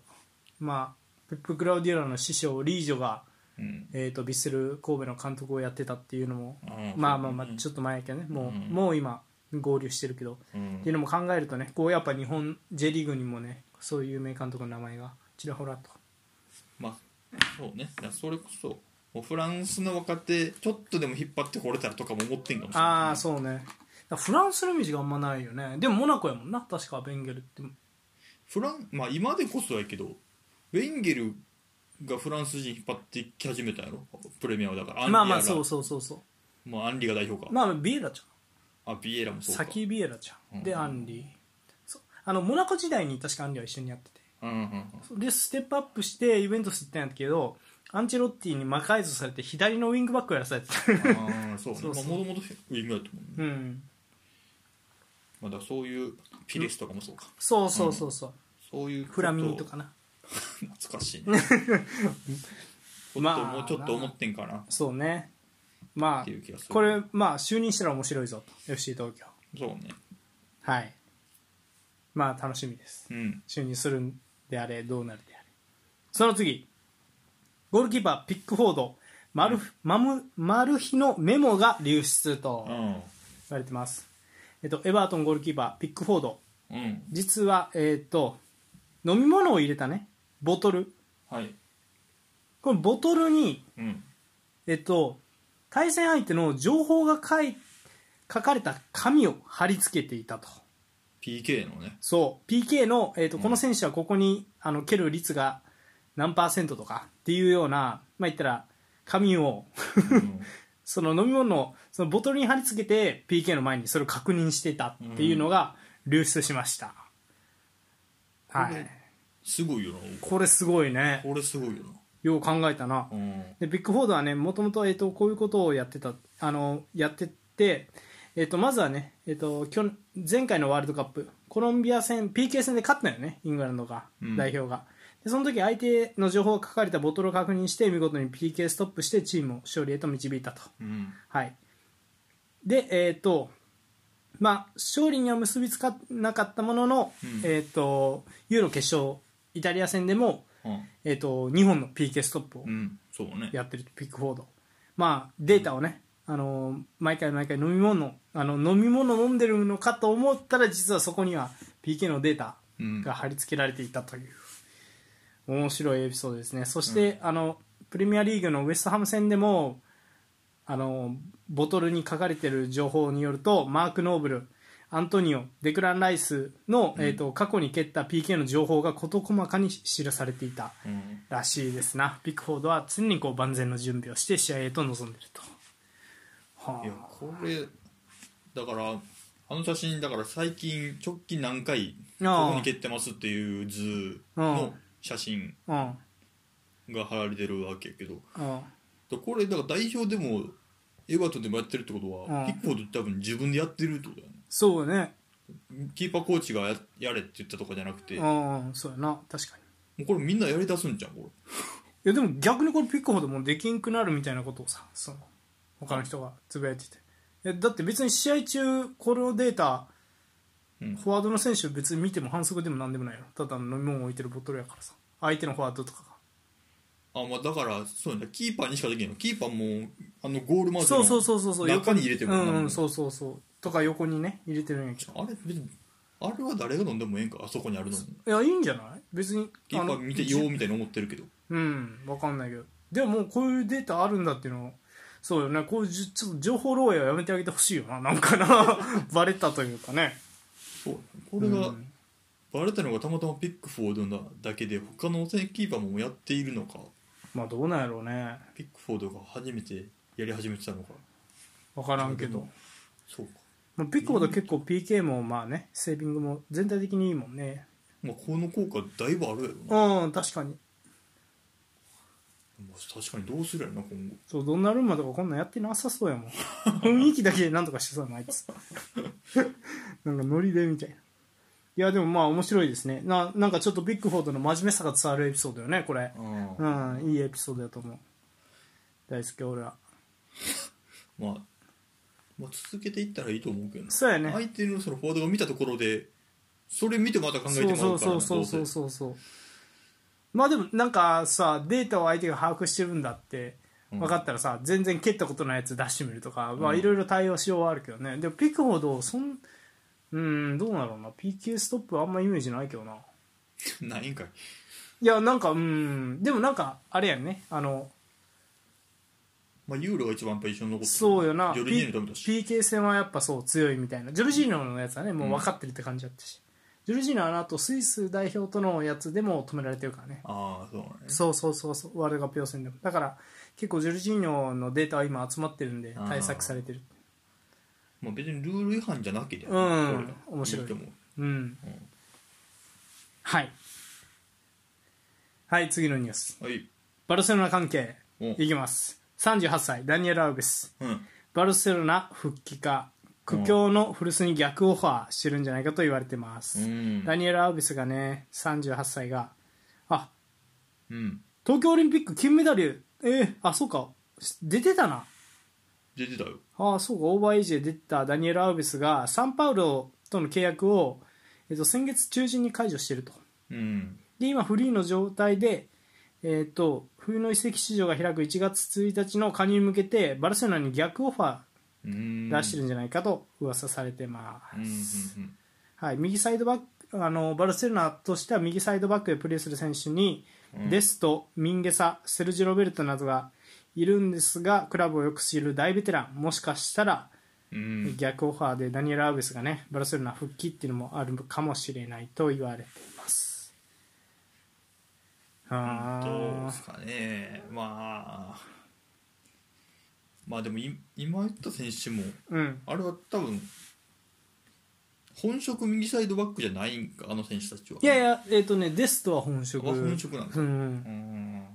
[SPEAKER 1] まあペップ・クラウディオラの師匠リージョが、
[SPEAKER 2] うん。
[SPEAKER 1] えー、とビッセル神戸の監督をやってたっていうのも
[SPEAKER 2] ー
[SPEAKER 1] まあまあま
[SPEAKER 2] うん
[SPEAKER 1] あちょっと前やけどねもう,、
[SPEAKER 2] うん
[SPEAKER 1] もう今合流してるけど
[SPEAKER 2] うん
[SPEAKER 1] っていうのも考えるとねこうやっぱ日本 J リーグにもねそういう有名監督の名前がちらほらと
[SPEAKER 2] まあそうねだからそれこそもうフランスの若手ちょっとでも引っ張ってこれたらとかも思ってんかもしれない
[SPEAKER 1] ああそうねだからフランスのイメージがあんまないよねでもモナコやもんな確かベンゲルって
[SPEAKER 2] フランまあ今でこそやけどウェンゲルがフランス人引っ張ってき始めたやろプレミアムだからアンリ
[SPEAKER 1] まあまあ
[SPEAKER 2] やら
[SPEAKER 1] そうそうそうそ
[SPEAKER 2] まあアンリが代表か
[SPEAKER 1] う、まあビエラちゃん
[SPEAKER 2] あビエラもそうか
[SPEAKER 1] サキビエラちゃんで
[SPEAKER 2] うん
[SPEAKER 1] アンリーそうあのモナコ時代に確かアンリーは一緒にやってて
[SPEAKER 2] うんうんうん
[SPEAKER 1] でステップアップしてイベントス行ったんやけどアンチェロッティに魔改造されて左のウィングバックをやらされ てた
[SPEAKER 2] ああそう ね
[SPEAKER 1] そうそう
[SPEAKER 2] まあもともとウィングだと思うね、
[SPEAKER 1] うん
[SPEAKER 2] まあ、だからそういうピレスとかもそうか
[SPEAKER 1] そうそうそうそう、
[SPEAKER 2] そういうこと
[SPEAKER 1] フラミニとかな
[SPEAKER 2] 懐か しいねちょっ
[SPEAKER 1] ま
[SPEAKER 2] と
[SPEAKER 1] あ
[SPEAKER 2] もうちょっと思ってんかな
[SPEAKER 1] そうねま
[SPEAKER 2] っていう気が
[SPEAKER 1] あ
[SPEAKER 2] する
[SPEAKER 1] これまあ就任したら面白いぞと FC 東京
[SPEAKER 2] そうね
[SPEAKER 1] はいまあ楽しみです
[SPEAKER 2] うん
[SPEAKER 1] 就任するんであれどうなるであれその次ゴールキーパーピックフォードマル,、マムマルヒのメモが流出と
[SPEAKER 2] う
[SPEAKER 1] 言
[SPEAKER 2] ん
[SPEAKER 1] われてます、えっと、エバートンゴールキーパーピックフォード
[SPEAKER 2] うん
[SPEAKER 1] 実はえっと飲み物を入れたねボトル
[SPEAKER 2] はい
[SPEAKER 1] このボトルに
[SPEAKER 2] うん
[SPEAKER 1] えっと対戦相手の情報が書い書かれた紙を貼り付けていたと
[SPEAKER 2] PK のね
[SPEAKER 1] そう PK の、えー、とこの選手はここに、あの蹴る率が何パーセントとかっていうようなまあ言ったら紙を その飲み物のそのボトルに貼り付けて PK の前にそれを確認してたっていうのが流出しました、
[SPEAKER 2] うん
[SPEAKER 1] はい
[SPEAKER 2] すごいよな
[SPEAKER 1] これすごいね
[SPEAKER 2] これすごいよ
[SPEAKER 1] よう考えたな
[SPEAKER 2] なうん
[SPEAKER 1] でビッグフォードはねもともと,、えー、とこういうことをやってたあのやってて、えー、とまずはね、えー、と去年前回のワールドカップコロンビア戦 PK 戦で勝ったよねイングランドが、
[SPEAKER 2] うん
[SPEAKER 1] 代表がでその時相手の情報が書かれたボトルを確認して見事に PK ストップしてチームを勝利へと導いたと、
[SPEAKER 2] うん
[SPEAKER 1] はい、でえっ、とまあ勝利には結びつかなかったものの、
[SPEAKER 2] うん
[SPEAKER 1] えっ、とユーロ決勝イタリア戦でも、
[SPEAKER 2] うん
[SPEAKER 1] えー、と2本の PK ストップを
[SPEAKER 2] うんそうね
[SPEAKER 1] やってるピックフォードまあデータをね、あの毎回毎回飲み物あの飲み物飲んでるのかと思ったら実はそこには PK のデータ
[SPEAKER 2] うん
[SPEAKER 1] が貼り付けられていたという面白いエピソードですねそして、あのプレミアリーグのウエストハム戦でもあのボトルに書かれている情報によるとマーク・ノーブルアントニオデクラン・ライスの、えー、と過去に蹴った PK の情報が事細かに記されていた
[SPEAKER 2] うん
[SPEAKER 1] らしいですなピックフォードは常にこう万全の準備をして試合へと臨んでいると、はい
[SPEAKER 2] や
[SPEAKER 1] あ、
[SPEAKER 2] これだからあの写真だから最近直近何回
[SPEAKER 1] ああ
[SPEAKER 2] ここに蹴ってますっていう図の写真が貼られてるわけやけど
[SPEAKER 1] うんうん
[SPEAKER 2] だこれだから代表でもエバートンでもやってるってこと
[SPEAKER 1] う
[SPEAKER 2] は、
[SPEAKER 1] ん
[SPEAKER 2] ピックフォード多分自分でやってるってことだよね
[SPEAKER 1] そうね
[SPEAKER 2] キーパーコーチがややれって言ったとかじゃなくて、
[SPEAKER 1] う
[SPEAKER 2] も
[SPEAKER 1] んうんそうやな確かに
[SPEAKER 2] うこれみんなやりだすんじゃんこ
[SPEAKER 1] いやでも逆にこれピックほどもうできんくなるみたいなことをさその他の人がつぶやいてていやだって別に試合中このデータ
[SPEAKER 2] れ、うん
[SPEAKER 1] フォワードの選手別に見ても反則でもなんでもないよただの飲み物置いてるボトルやからさ相手のフォワードとか
[SPEAKER 2] あまあ、だからそうだキーパーにしかできないのキーパーもあのゴールマ
[SPEAKER 1] が
[SPEAKER 2] ー
[SPEAKER 1] そう
[SPEAKER 2] ク
[SPEAKER 1] そう
[SPEAKER 2] の
[SPEAKER 1] そうそうそう
[SPEAKER 2] 中に入れても
[SPEAKER 1] う
[SPEAKER 2] らうんな
[SPEAKER 1] うんそうそうそうとか横にね入れてるんやけど
[SPEAKER 2] あれ別にあれは誰が飲んでもええんかあそこにあるの
[SPEAKER 1] いやいいんじゃない別に
[SPEAKER 2] キーパ
[SPEAKER 1] あの
[SPEAKER 2] ー見てようみたいに思ってるけど
[SPEAKER 1] うんわかんないけどでももうこういうデータあるんだっていうのをそうよねこういうじちょっと情報漏洩はやめてあげてほしいよななんか なバレたというかね
[SPEAKER 2] そうこれが、
[SPEAKER 1] うん
[SPEAKER 2] バレたのがたまたまピックフォードなだけで他のキーパーもやっているのか
[SPEAKER 1] まあどうなんやろうね
[SPEAKER 2] ピックフォードが初めてやり始めてたのか
[SPEAKER 1] 分からんけど、
[SPEAKER 2] そうか、
[SPEAKER 1] まあ、ピックほど結構 PK もまあねセービングも全体的にいいもんね
[SPEAKER 2] まあ、この効果だいぶあるやろな
[SPEAKER 1] うん確かに
[SPEAKER 2] まあ確かにどうするやろな今後
[SPEAKER 1] そうどんなルンマとかこんなんやってなさそうやもん 雰囲気だけでなんとかしてそうやもんあい つなんかノリでみたいないやでもまあ面白いですねななんかちょっとビッグフォードの真面目さが伝わるエピソードよねこれう
[SPEAKER 2] あ
[SPEAKER 1] んいいエピソードだと思う大好き俺は
[SPEAKER 2] まあ、まあ続けていったらいいと思うけどな
[SPEAKER 1] そうやね
[SPEAKER 2] 相手のそのフォワードが見たところでそれ見てまた考えてもらうから
[SPEAKER 1] そう
[SPEAKER 2] な
[SPEAKER 1] そうそうそ
[SPEAKER 2] ど
[SPEAKER 1] う
[SPEAKER 2] せ
[SPEAKER 1] そうそうまあでもなんかさデータを相手が把握してるんだって
[SPEAKER 2] うん
[SPEAKER 1] 分かったらさ、全然蹴ったことないやつ出してみるとかまあ
[SPEAKER 2] うん
[SPEAKER 1] いろいろ対応しようはあるけどねでもピックほどそんうんどうなろうな PK ストップはあんまイメージないけどな
[SPEAKER 2] ないんかい
[SPEAKER 1] いやなんかうんでもなんかあれやんねあの
[SPEAKER 2] まあユーロが一番やっぱ印象に残ってる
[SPEAKER 1] そうよな
[SPEAKER 2] ジョルジーニョと見たし
[SPEAKER 1] P- PK 戦はやっぱそう強いみたいなジョルジーノのやつはねもう分かってるって感じだったし、ジョルジーノはあの後スイス代表とのやつでも止められてるからね
[SPEAKER 2] ああそうね
[SPEAKER 1] そうそうそうそうワールドカップ予選でもだから結構ジョルジーニョのデータは今集まってるんで
[SPEAKER 2] あー
[SPEAKER 1] 対策されてる
[SPEAKER 2] まあ別にルール違反じゃなきゃ
[SPEAKER 1] うん面白い
[SPEAKER 2] と思う
[SPEAKER 1] うん
[SPEAKER 2] うん
[SPEAKER 1] はいはい次のニュース
[SPEAKER 2] はい
[SPEAKER 1] バルセロナ関係
[SPEAKER 2] お
[SPEAKER 1] いきます38歳ダニエル・アウベス
[SPEAKER 2] うん
[SPEAKER 1] バルセロナ復帰か苦境の古巣に逆オファーしてるんじゃないかと言われてます、
[SPEAKER 2] うん
[SPEAKER 1] ダニエル・アウベスがね38歳があ
[SPEAKER 2] うん
[SPEAKER 1] 東京オリンピック金メダルえー、あそうか出てたな
[SPEAKER 2] 出てたよ
[SPEAKER 1] ああそうかオーバーエイジで出たダニエル・アウベスがサンパウロとの契約を、えっと先月中旬に解除していると
[SPEAKER 2] うん
[SPEAKER 1] で今フリーの状態で、えっと冬の移籍市場が開く1月1日の加入に向けてバルセロナに逆オファ
[SPEAKER 2] うん
[SPEAKER 1] ー出してる
[SPEAKER 2] る
[SPEAKER 1] んじゃないかと噂されてます、
[SPEAKER 2] うんうん
[SPEAKER 1] はい、右サイドバックあのバルセロナとしては右サイドバックでプレーする選手に、
[SPEAKER 2] うん
[SPEAKER 1] デスト、ミンゲサセルジ・ロベルトなどがいるんですがクラブをよく知る大ベテランもしかしたら
[SPEAKER 2] うんうん
[SPEAKER 1] 逆オファーでダニエル・アウベスがねバルセロナ復帰っていうのもあるかもしれないと言われています
[SPEAKER 2] どう
[SPEAKER 1] あ
[SPEAKER 2] ですかねまあまあでもい今言った選手も
[SPEAKER 1] ーうん
[SPEAKER 2] あれは多分本職右サイドバックじゃないんかあの選手たちはい
[SPEAKER 1] やいやえっ、とねデストは本職
[SPEAKER 2] あ本職なん
[SPEAKER 1] う
[SPEAKER 2] だ
[SPEAKER 1] ん
[SPEAKER 2] う、ん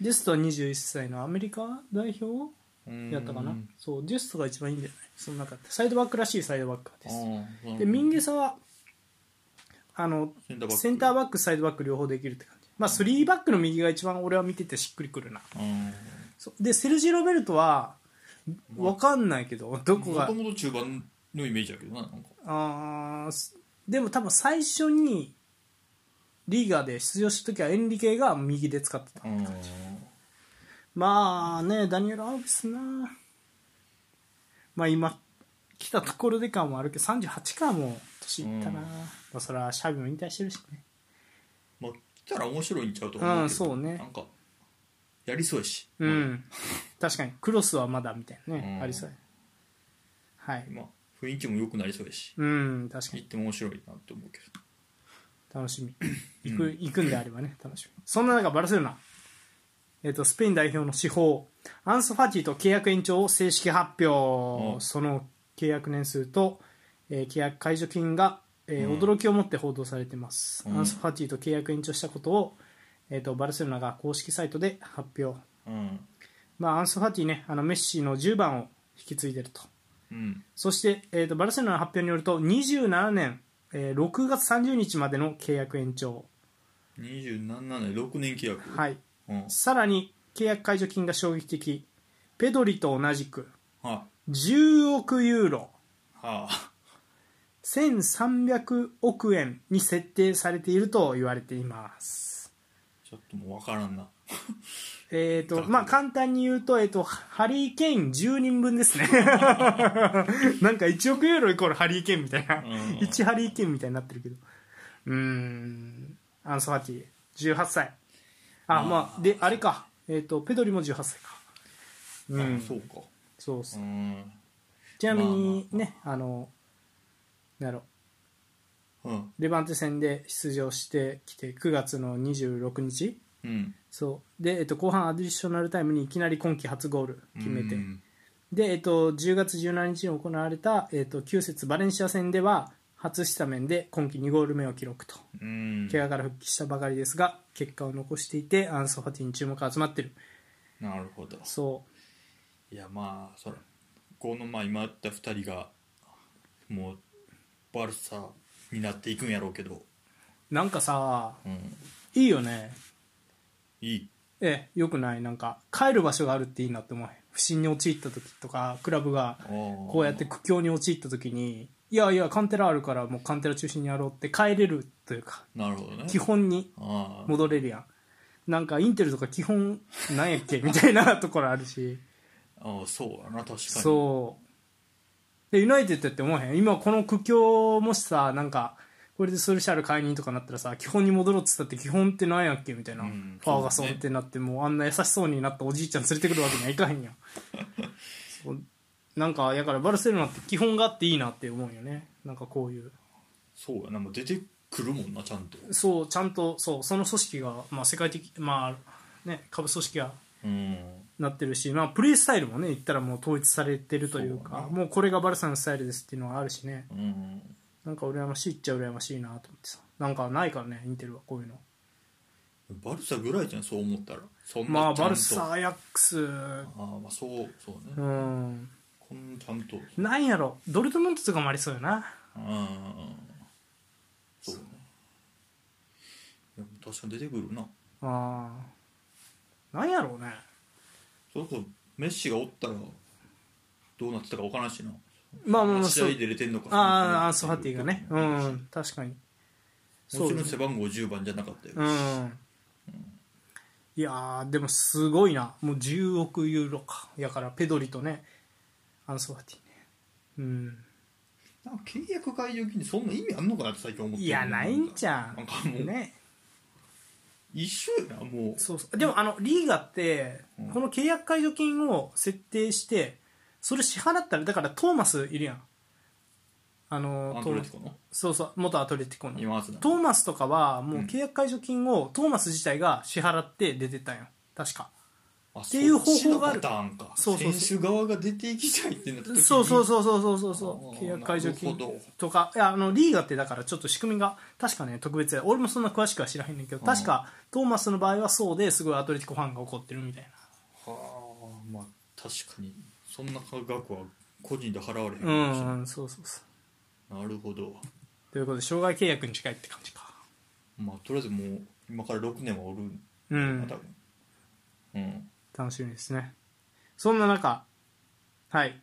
[SPEAKER 1] デストは21歳のアメリカ代表
[SPEAKER 2] うん
[SPEAKER 1] やったかな、
[SPEAKER 2] うん
[SPEAKER 1] そうデストが一番いいんじゃないその中でサイドバックらしいサイドバック
[SPEAKER 2] あ
[SPEAKER 1] で
[SPEAKER 2] ー
[SPEAKER 1] す
[SPEAKER 2] そうなんだ
[SPEAKER 1] でミンゲサはあの
[SPEAKER 2] センターバック
[SPEAKER 1] センターバックサイドバック両方できるって感じまあ3バックの右が一番俺は見ててしっくりくるな
[SPEAKER 2] うん
[SPEAKER 1] そうでセルジー・ロベルトは分かんないけどどこ
[SPEAKER 2] も
[SPEAKER 1] が
[SPEAKER 2] ともと中盤のイメージだけどななんか
[SPEAKER 1] あーすでも多分最初にリーガーで出場した時はエンリケが右で使ってた
[SPEAKER 2] うん
[SPEAKER 1] まあねダニエル・アウビスなまあ今来たところで感もあるけど38かもう年いったな、
[SPEAKER 2] うん
[SPEAKER 1] まあ、それはシャビも引退してるしね
[SPEAKER 2] まあ来たら面白いんちゃうと思うけど
[SPEAKER 1] うんそうね
[SPEAKER 2] なんかやりそうやし
[SPEAKER 1] うん、確かにクロスはまだみたいなね、
[SPEAKER 2] うん
[SPEAKER 1] ありそうやはい
[SPEAKER 2] まあ雰囲気も良くなりそうやし
[SPEAKER 1] うん確か
[SPEAKER 2] 行
[SPEAKER 1] に
[SPEAKER 2] っても面白いなって思うけど
[SPEAKER 1] 楽しみ行く,、行くんであればね楽しみそんな中バルセロナ、えっとスペイン代表の司法アンス・ファティと契約延長を正式発
[SPEAKER 2] う
[SPEAKER 1] 表
[SPEAKER 2] ん
[SPEAKER 1] その契約年数と、えー契約解除金が、えー驚きをもって報道されてます、
[SPEAKER 2] うん
[SPEAKER 1] アンス・ファティと契約延長したことを、えっとバルセロナが公式サイトで発表、
[SPEAKER 2] うん
[SPEAKER 1] まあ、アンス・ファティねあのメッシの10番を引き継いでると
[SPEAKER 2] うん
[SPEAKER 1] そして、えー、とバルセロナの発表によると27年、えー6月30日までの契約延長、
[SPEAKER 2] 27年6年契約、
[SPEAKER 1] はいい、
[SPEAKER 2] うん、はい
[SPEAKER 1] さらに契約解除金が衝撃的ペドリと同じく
[SPEAKER 2] は
[SPEAKER 1] 10億ユーロ
[SPEAKER 2] あ
[SPEAKER 1] 1300億円に設定されていると言われています
[SPEAKER 2] ちょっともう分からんな
[SPEAKER 1] えっ、とまあ簡単に言うと,、えー、とハリー・ケイン10人分ですね なんか1億ユーロイコールハリー・ケインみたいな、
[SPEAKER 2] うん
[SPEAKER 1] 1ハリー・ケインみたいになってるけどうーんアンソファティ18歳あまあであれかえっ、とペドリも18歳かう
[SPEAKER 2] うんん、そうか
[SPEAKER 1] そうっす
[SPEAKER 2] うん
[SPEAKER 1] ちなみにね、あのなんだろ
[SPEAKER 2] うん
[SPEAKER 1] うレバンテ戦で出場してきて9月の26日
[SPEAKER 2] うん
[SPEAKER 1] そうで、えっと、後半アディショナルタイムにいきなり今季初ゴール決めて
[SPEAKER 2] うん
[SPEAKER 1] で、えっと、10月17日に行われた、えっと、9節バレンシア戦では初スタメンで今季2ゴール目を記録と
[SPEAKER 2] うん
[SPEAKER 1] 怪我から復帰したばかりですが結果を残していてアンソファティに注目が集まってる
[SPEAKER 2] なるほど
[SPEAKER 1] そ
[SPEAKER 2] いやまあそらこのまあ今あった2人がもうバルサになっていくんやろうけど、
[SPEAKER 1] うなんかさ
[SPEAKER 2] うん、
[SPEAKER 1] いいよね
[SPEAKER 2] いい
[SPEAKER 1] ええよくないなんか帰る場所があるっていいなって思う不審に陥った時とかクラブがこ
[SPEAKER 2] こ
[SPEAKER 1] うやって苦境に陥った時にいやいやカンテラあるからもうカンテラ中心にやろうって帰れるというか
[SPEAKER 2] なるほどね
[SPEAKER 1] 基本に
[SPEAKER 2] ああ
[SPEAKER 1] 戻れるやんなんかインテルとか基本なんやっけみたいなところあるし
[SPEAKER 2] ああそうやな確かに
[SPEAKER 1] そうでユナイテッドって思わへん今この苦境もしさなんかこれでソルシャル解任とかなったらさ基本に戻ろうっつったって基本ってなんやっけみたいな、
[SPEAKER 2] うん
[SPEAKER 1] ファーガソンってなってもうあんな優しそうになったおじいちゃん連れてくるわけにはいかへ んやんそうなんかやからバルセロナって基本があっていいなって思うよねなんかこういう
[SPEAKER 2] そうやなもう出てくるもんなちゃんと
[SPEAKER 1] そうちゃんとそうその組織が、まあ、世界的まあね株組織が
[SPEAKER 2] うん
[SPEAKER 1] なってるし、まあ、プレースタイルもね言ったらもう統一されてるという
[SPEAKER 2] そう
[SPEAKER 1] か
[SPEAKER 2] だな
[SPEAKER 1] もうこれがバルサのスタイルですっていうのはあるしね
[SPEAKER 2] うん
[SPEAKER 1] なんか羨ましいっちゃ羨ましいなと思ってさなんかないからねインテルはこういうの
[SPEAKER 2] バルサぐらいじゃんそう思ったらそんな
[SPEAKER 1] まあ
[SPEAKER 2] ちゃんと
[SPEAKER 1] バルサアヤックスう
[SPEAKER 2] ああまあそうそうね、
[SPEAKER 1] ん
[SPEAKER 2] こんちゃんとうん
[SPEAKER 1] なんやろドルトムントとかもありそうよな
[SPEAKER 2] そうねいや確かに出てくるな
[SPEAKER 1] あーなんやろうね
[SPEAKER 2] それこそメッシがおったらどうなってたか分からんしな
[SPEAKER 1] まあまあまあ
[SPEAKER 2] 試合
[SPEAKER 1] そう
[SPEAKER 2] で出てんのか
[SPEAKER 1] あーアンソファティがねう
[SPEAKER 2] も
[SPEAKER 1] ん確かに
[SPEAKER 2] ち
[SPEAKER 1] そ
[SPEAKER 2] ろ
[SPEAKER 1] うん
[SPEAKER 2] 背番号10番じゃなかったよ、
[SPEAKER 1] うんいやーでもすごいなもう10億ユーロかやからペドリとねアンソファティねうん
[SPEAKER 2] なんか契約解除金にそんな意味あんのかなって最近思ってる
[SPEAKER 1] いやないんじゃん
[SPEAKER 2] なんかもう、
[SPEAKER 1] ね
[SPEAKER 2] 一緒やなもう
[SPEAKER 1] そうそうでもあのリーガって
[SPEAKER 2] うん
[SPEAKER 1] この契約解除金を設定してそれ支払ったらだからトーマスいるやんあの
[SPEAKER 2] アン
[SPEAKER 1] ト
[SPEAKER 2] ト
[SPEAKER 1] ー
[SPEAKER 2] レ
[SPEAKER 1] マ
[SPEAKER 2] ティ
[SPEAKER 1] ス
[SPEAKER 2] コの
[SPEAKER 1] そうそう元アトレティコの
[SPEAKER 2] 今松だ
[SPEAKER 1] トーマスとかはもううん契約解除金をトーマス自体が支払って出てったんよ確か
[SPEAKER 2] って
[SPEAKER 1] いう方法がある
[SPEAKER 2] パターンか
[SPEAKER 1] そうそうそう
[SPEAKER 2] 選手側が出ていきたいってなった時に
[SPEAKER 1] そうそうそうそうそうそうそう
[SPEAKER 2] あー
[SPEAKER 1] 契約解除金
[SPEAKER 2] なるほど
[SPEAKER 1] とかいやあのリーガってだからちょっと仕組みが確かね特別で俺もそんな詳しくは知らへんねんけど
[SPEAKER 2] うん
[SPEAKER 1] 確かトーマスの場合はそうですごいアトレティコファンが怒ってるみたいな
[SPEAKER 2] はあまあ確かにそんな額は個人で払われへんか
[SPEAKER 1] う
[SPEAKER 2] もしれ
[SPEAKER 1] ん、うん、そうそうそう
[SPEAKER 2] ないなるほど
[SPEAKER 1] ということで障害契約に近いって感じか
[SPEAKER 2] まあとりあえずもう今から6年はおるん
[SPEAKER 1] う
[SPEAKER 2] だ
[SPEAKER 1] ん
[SPEAKER 2] 多分うん
[SPEAKER 1] 楽しみですねそんな中はい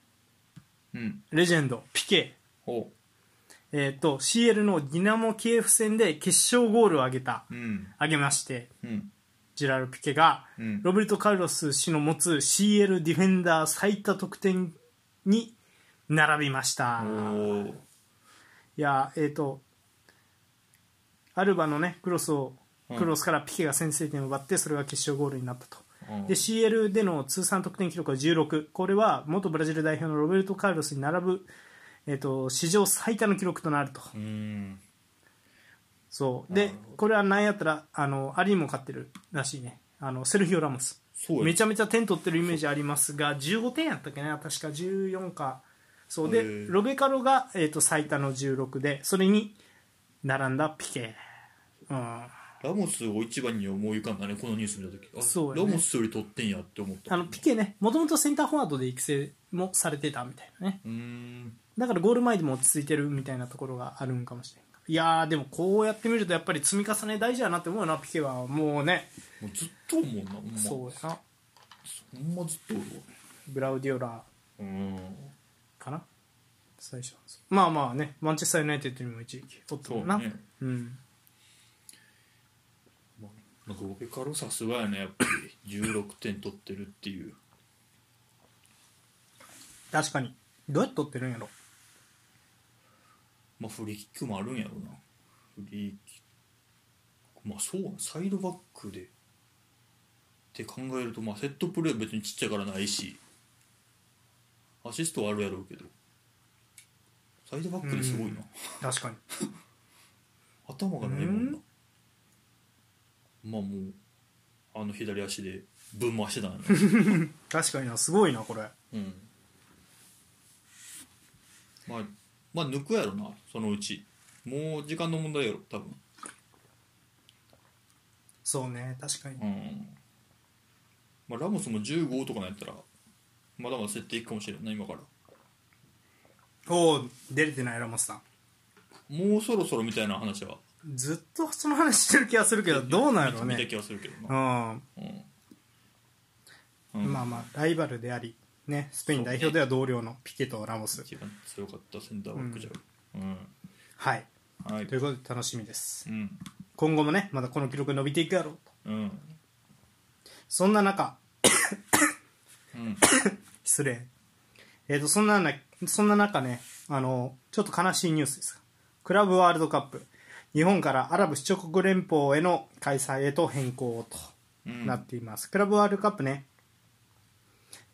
[SPEAKER 2] うん
[SPEAKER 1] レジェンドピケ
[SPEAKER 2] お
[SPEAKER 1] えっ、と CL のディナモ・キエフ戦で決勝ゴールを挙げた
[SPEAKER 2] うん
[SPEAKER 1] 挙げまして
[SPEAKER 2] うん
[SPEAKER 1] ジェラル・ピケが
[SPEAKER 2] うん
[SPEAKER 1] ロベルト・カルロス氏の持つ CL ディフェンダー最多得点に並びました
[SPEAKER 2] おー
[SPEAKER 1] いやえっ、とアルバのねクロスを
[SPEAKER 2] うん
[SPEAKER 1] クロスからピケが先制点を奪ってそれが決勝ゴールになったと、
[SPEAKER 2] うん
[SPEAKER 1] で CL での通算得点記録は16これは元ブラジル代表のロベルト・カルロスに並ぶ、えー、と史上最多の記録となると
[SPEAKER 2] うん
[SPEAKER 1] そう
[SPEAKER 2] な
[SPEAKER 1] で
[SPEAKER 2] るほど
[SPEAKER 1] これは何やったらあのアリにも勝ってるらしいねあのセルヒオ・ラモス
[SPEAKER 2] そうや
[SPEAKER 1] めちゃめちゃ点取ってるイメージありますが15点やったっけね確か14かそうで
[SPEAKER 2] へー
[SPEAKER 1] ロベカロが、えー、と最多の16でそれに並んだピケうん
[SPEAKER 2] ラモスを一番に思い浮かんだねこのニュース見た時あ
[SPEAKER 1] そうや
[SPEAKER 2] ラ
[SPEAKER 1] ね
[SPEAKER 2] モスより取ってんやって思った
[SPEAKER 1] あのピケねもともとセンターフォワードで育成もされてたみたいなね
[SPEAKER 2] うーん
[SPEAKER 1] だからゴール前でも落ち着いてるみたいなところがあるんかもしれんいやーでもこうやってみるとやっぱり積み重ね大事やなって思うなピケはもうね
[SPEAKER 2] もうずっと思うなほんま
[SPEAKER 1] そうやな
[SPEAKER 2] ほんまずっとおるわ
[SPEAKER 1] グラウディオラ
[SPEAKER 2] うん
[SPEAKER 1] かな最初まあまあねマンチェスター・ユナイテッドにも一時期おった
[SPEAKER 2] そ
[SPEAKER 1] も
[SPEAKER 2] うん
[SPEAKER 1] な
[SPEAKER 2] ね
[SPEAKER 1] うん
[SPEAKER 2] なんかロベカロさすがやねやっぱり16点取ってるっていう
[SPEAKER 1] 確かにどうやって取ってるんやろ
[SPEAKER 2] まあフリーキックもあるんやろうなフリーキックまあそうサイドバックでって考えるとまあセットプレーは別にちっちゃいからないしアシストはあるやろうけどサイドバックですごいな、
[SPEAKER 1] 確かに
[SPEAKER 2] 頭がないもんな
[SPEAKER 1] う、
[SPEAKER 2] まあもうあの左足でぶん回してたんやね
[SPEAKER 1] 確かになすごいなこれ
[SPEAKER 2] うんまあまあ抜くやろなそのうちもう時間の問題やろ多分
[SPEAKER 1] そうね確かに
[SPEAKER 2] うんまあ、ラモスも15とかなんやったらまだまだ設定いくかもしれんない今から
[SPEAKER 1] おお出れてないラモスさん
[SPEAKER 2] もうそろそろみたいな話は
[SPEAKER 1] ずっとその話してる気がするけどどうなんやろう
[SPEAKER 2] 見た
[SPEAKER 1] ね
[SPEAKER 2] 気がするけど
[SPEAKER 1] う
[SPEAKER 2] な、
[SPEAKER 1] ん
[SPEAKER 2] うん
[SPEAKER 1] まあまあライバルであり、ね、スペイン代表では同僚のピケとラモス、
[SPEAKER 2] 一番強かったセンターバックじゃん、うん
[SPEAKER 1] はい
[SPEAKER 2] はい
[SPEAKER 1] ということで楽しみです
[SPEAKER 2] うん
[SPEAKER 1] 今後もねまだこの記録伸びていくやろうと
[SPEAKER 2] うん
[SPEAKER 1] そんな中
[SPEAKER 2] うん
[SPEAKER 1] 失礼えっ、とそんななそんな中ねあのちょっと悲しいニュースですがクラブワールドカップ日本からアラブ首長国連邦への開催へと変更と
[SPEAKER 2] う ん
[SPEAKER 1] なっています、クラブワールドカップね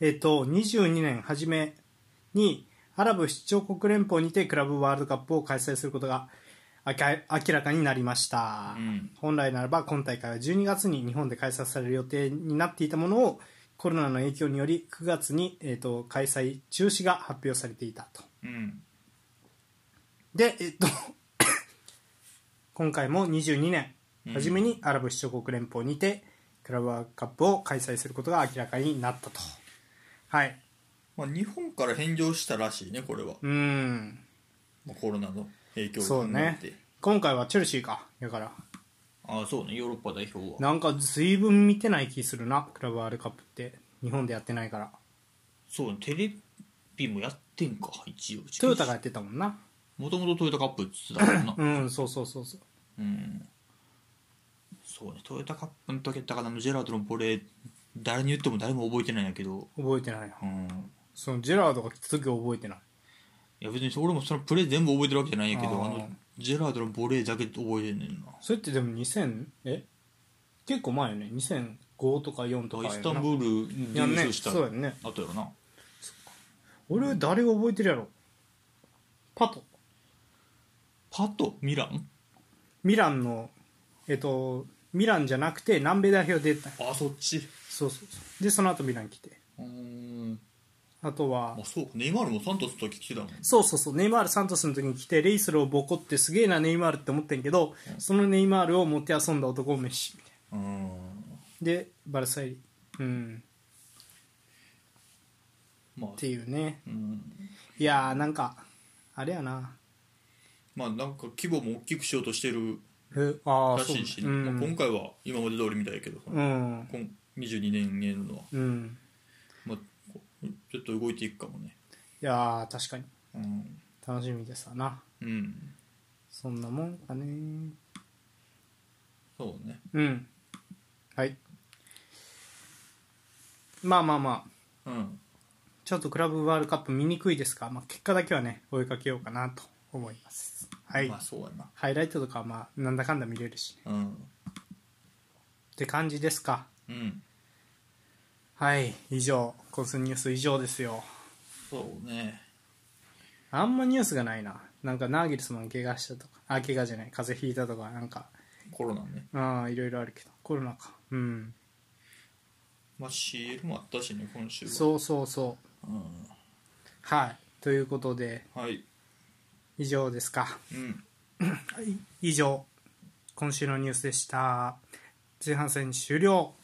[SPEAKER 1] えっ、と22年初めにアラブ首長国連邦にてクラブワールドカップを開催することがあか明らかになりました、
[SPEAKER 2] うん
[SPEAKER 1] 本来ならば今大会は12月に日本で開催される予定になっていたものをコロナの影響により9月に、えー、と開催中止が発表されていたと
[SPEAKER 2] うん
[SPEAKER 1] で、えっと、 今回も22年初めにアラブ首長国連邦にてクラブワールドカップを開催することが明らかになったとはい
[SPEAKER 2] まあ、日本から返上したらしいねこれは、
[SPEAKER 1] うーん
[SPEAKER 2] まあ、コロナの影響
[SPEAKER 1] そうね
[SPEAKER 2] て
[SPEAKER 1] 今回はチェルシーかだから
[SPEAKER 2] ああそうねヨーロッパ代表は
[SPEAKER 1] なんか随分見てない気するなクラブワールドカップって日本でやってないから
[SPEAKER 2] そうねテレビもやってんか一応
[SPEAKER 1] トヨタがやってたもんな
[SPEAKER 2] もともとトヨタカップっつってたからな
[SPEAKER 1] うんそうそうそうそう
[SPEAKER 2] うんそうねトヨタカップの時やったかなあのジェラートのボレー誰に言っても誰も覚えてないんやけど
[SPEAKER 1] 覚えてないな
[SPEAKER 2] うん
[SPEAKER 1] そのジェラードが来た時は覚えてない
[SPEAKER 2] いや別に俺もそのプレー全部覚えてるわけじゃないんやけど
[SPEAKER 1] あ
[SPEAKER 2] あ
[SPEAKER 1] ー
[SPEAKER 2] のジェラードのボレーだけ覚えてんねんな
[SPEAKER 1] それってでも2000え結構前よね2005とか4とか
[SPEAKER 2] イ
[SPEAKER 1] や
[SPEAKER 2] ス
[SPEAKER 1] ん
[SPEAKER 2] タ
[SPEAKER 1] な
[SPEAKER 2] ンブールで優勝した
[SPEAKER 1] やんねそうやんね
[SPEAKER 2] あとやろな
[SPEAKER 1] 俺誰が覚えてるやろパト
[SPEAKER 2] パトミラン
[SPEAKER 1] ミランのえっとミランじゃなくて南米代表出た
[SPEAKER 2] あそっち
[SPEAKER 1] そうそうそうでその後ミラン来て
[SPEAKER 2] うーん
[SPEAKER 1] あとは
[SPEAKER 2] あそうかネイマールもサントスの時来てたもん
[SPEAKER 1] そうそうそうネイマールサントスの時に来てレイスルをボコってすげえなネイマールって思ってんけど、そのネイマールを持って遊んだ男をメッシみたいな
[SPEAKER 2] うん
[SPEAKER 1] でバルサイリうん
[SPEAKER 2] まあ
[SPEAKER 1] っていうね
[SPEAKER 2] うん
[SPEAKER 1] いやーなんかあれやな
[SPEAKER 2] まあなんか規模も大きくしようとしてる
[SPEAKER 1] えああ
[SPEAKER 2] ら
[SPEAKER 1] そう
[SPEAKER 2] しいし、
[SPEAKER 1] う
[SPEAKER 2] まあ今
[SPEAKER 1] ん
[SPEAKER 2] 回は今まで通りみたいけど、
[SPEAKER 1] うん
[SPEAKER 2] 今22年へのは、
[SPEAKER 1] うん
[SPEAKER 2] まあ、こうちょっと動いていくかもね
[SPEAKER 1] いやー確かに
[SPEAKER 2] うん、
[SPEAKER 1] 楽しみでさな
[SPEAKER 2] うん、
[SPEAKER 1] そんなもんかね
[SPEAKER 2] そうね
[SPEAKER 1] うんはいまあまあまあ
[SPEAKER 2] うん
[SPEAKER 1] ちょっとクラブワールドカップ見にくいですが、まあ、結果だけはね追いかけようかなと思いますはい、
[SPEAKER 2] まあそうやな
[SPEAKER 1] ハイライトとかはまあなんだかんだ見れるしね
[SPEAKER 2] うん
[SPEAKER 1] って感じですか
[SPEAKER 2] うん
[SPEAKER 1] はい以上今週のニュース以上ですよ
[SPEAKER 2] そうね
[SPEAKER 1] あんまニュースがないななんかナーギルスマン怪我したとかあ怪我じゃない風邪ひいたとかなんか
[SPEAKER 2] コロナね
[SPEAKER 1] ああいろいろあるけどコロナかうん
[SPEAKER 2] まあ CL もあったしね今週は
[SPEAKER 1] そうそうそう
[SPEAKER 2] うん
[SPEAKER 1] はいということで
[SPEAKER 2] はい
[SPEAKER 1] 以上ですか
[SPEAKER 2] うん
[SPEAKER 1] 以上今週のニュースでした前半戦終了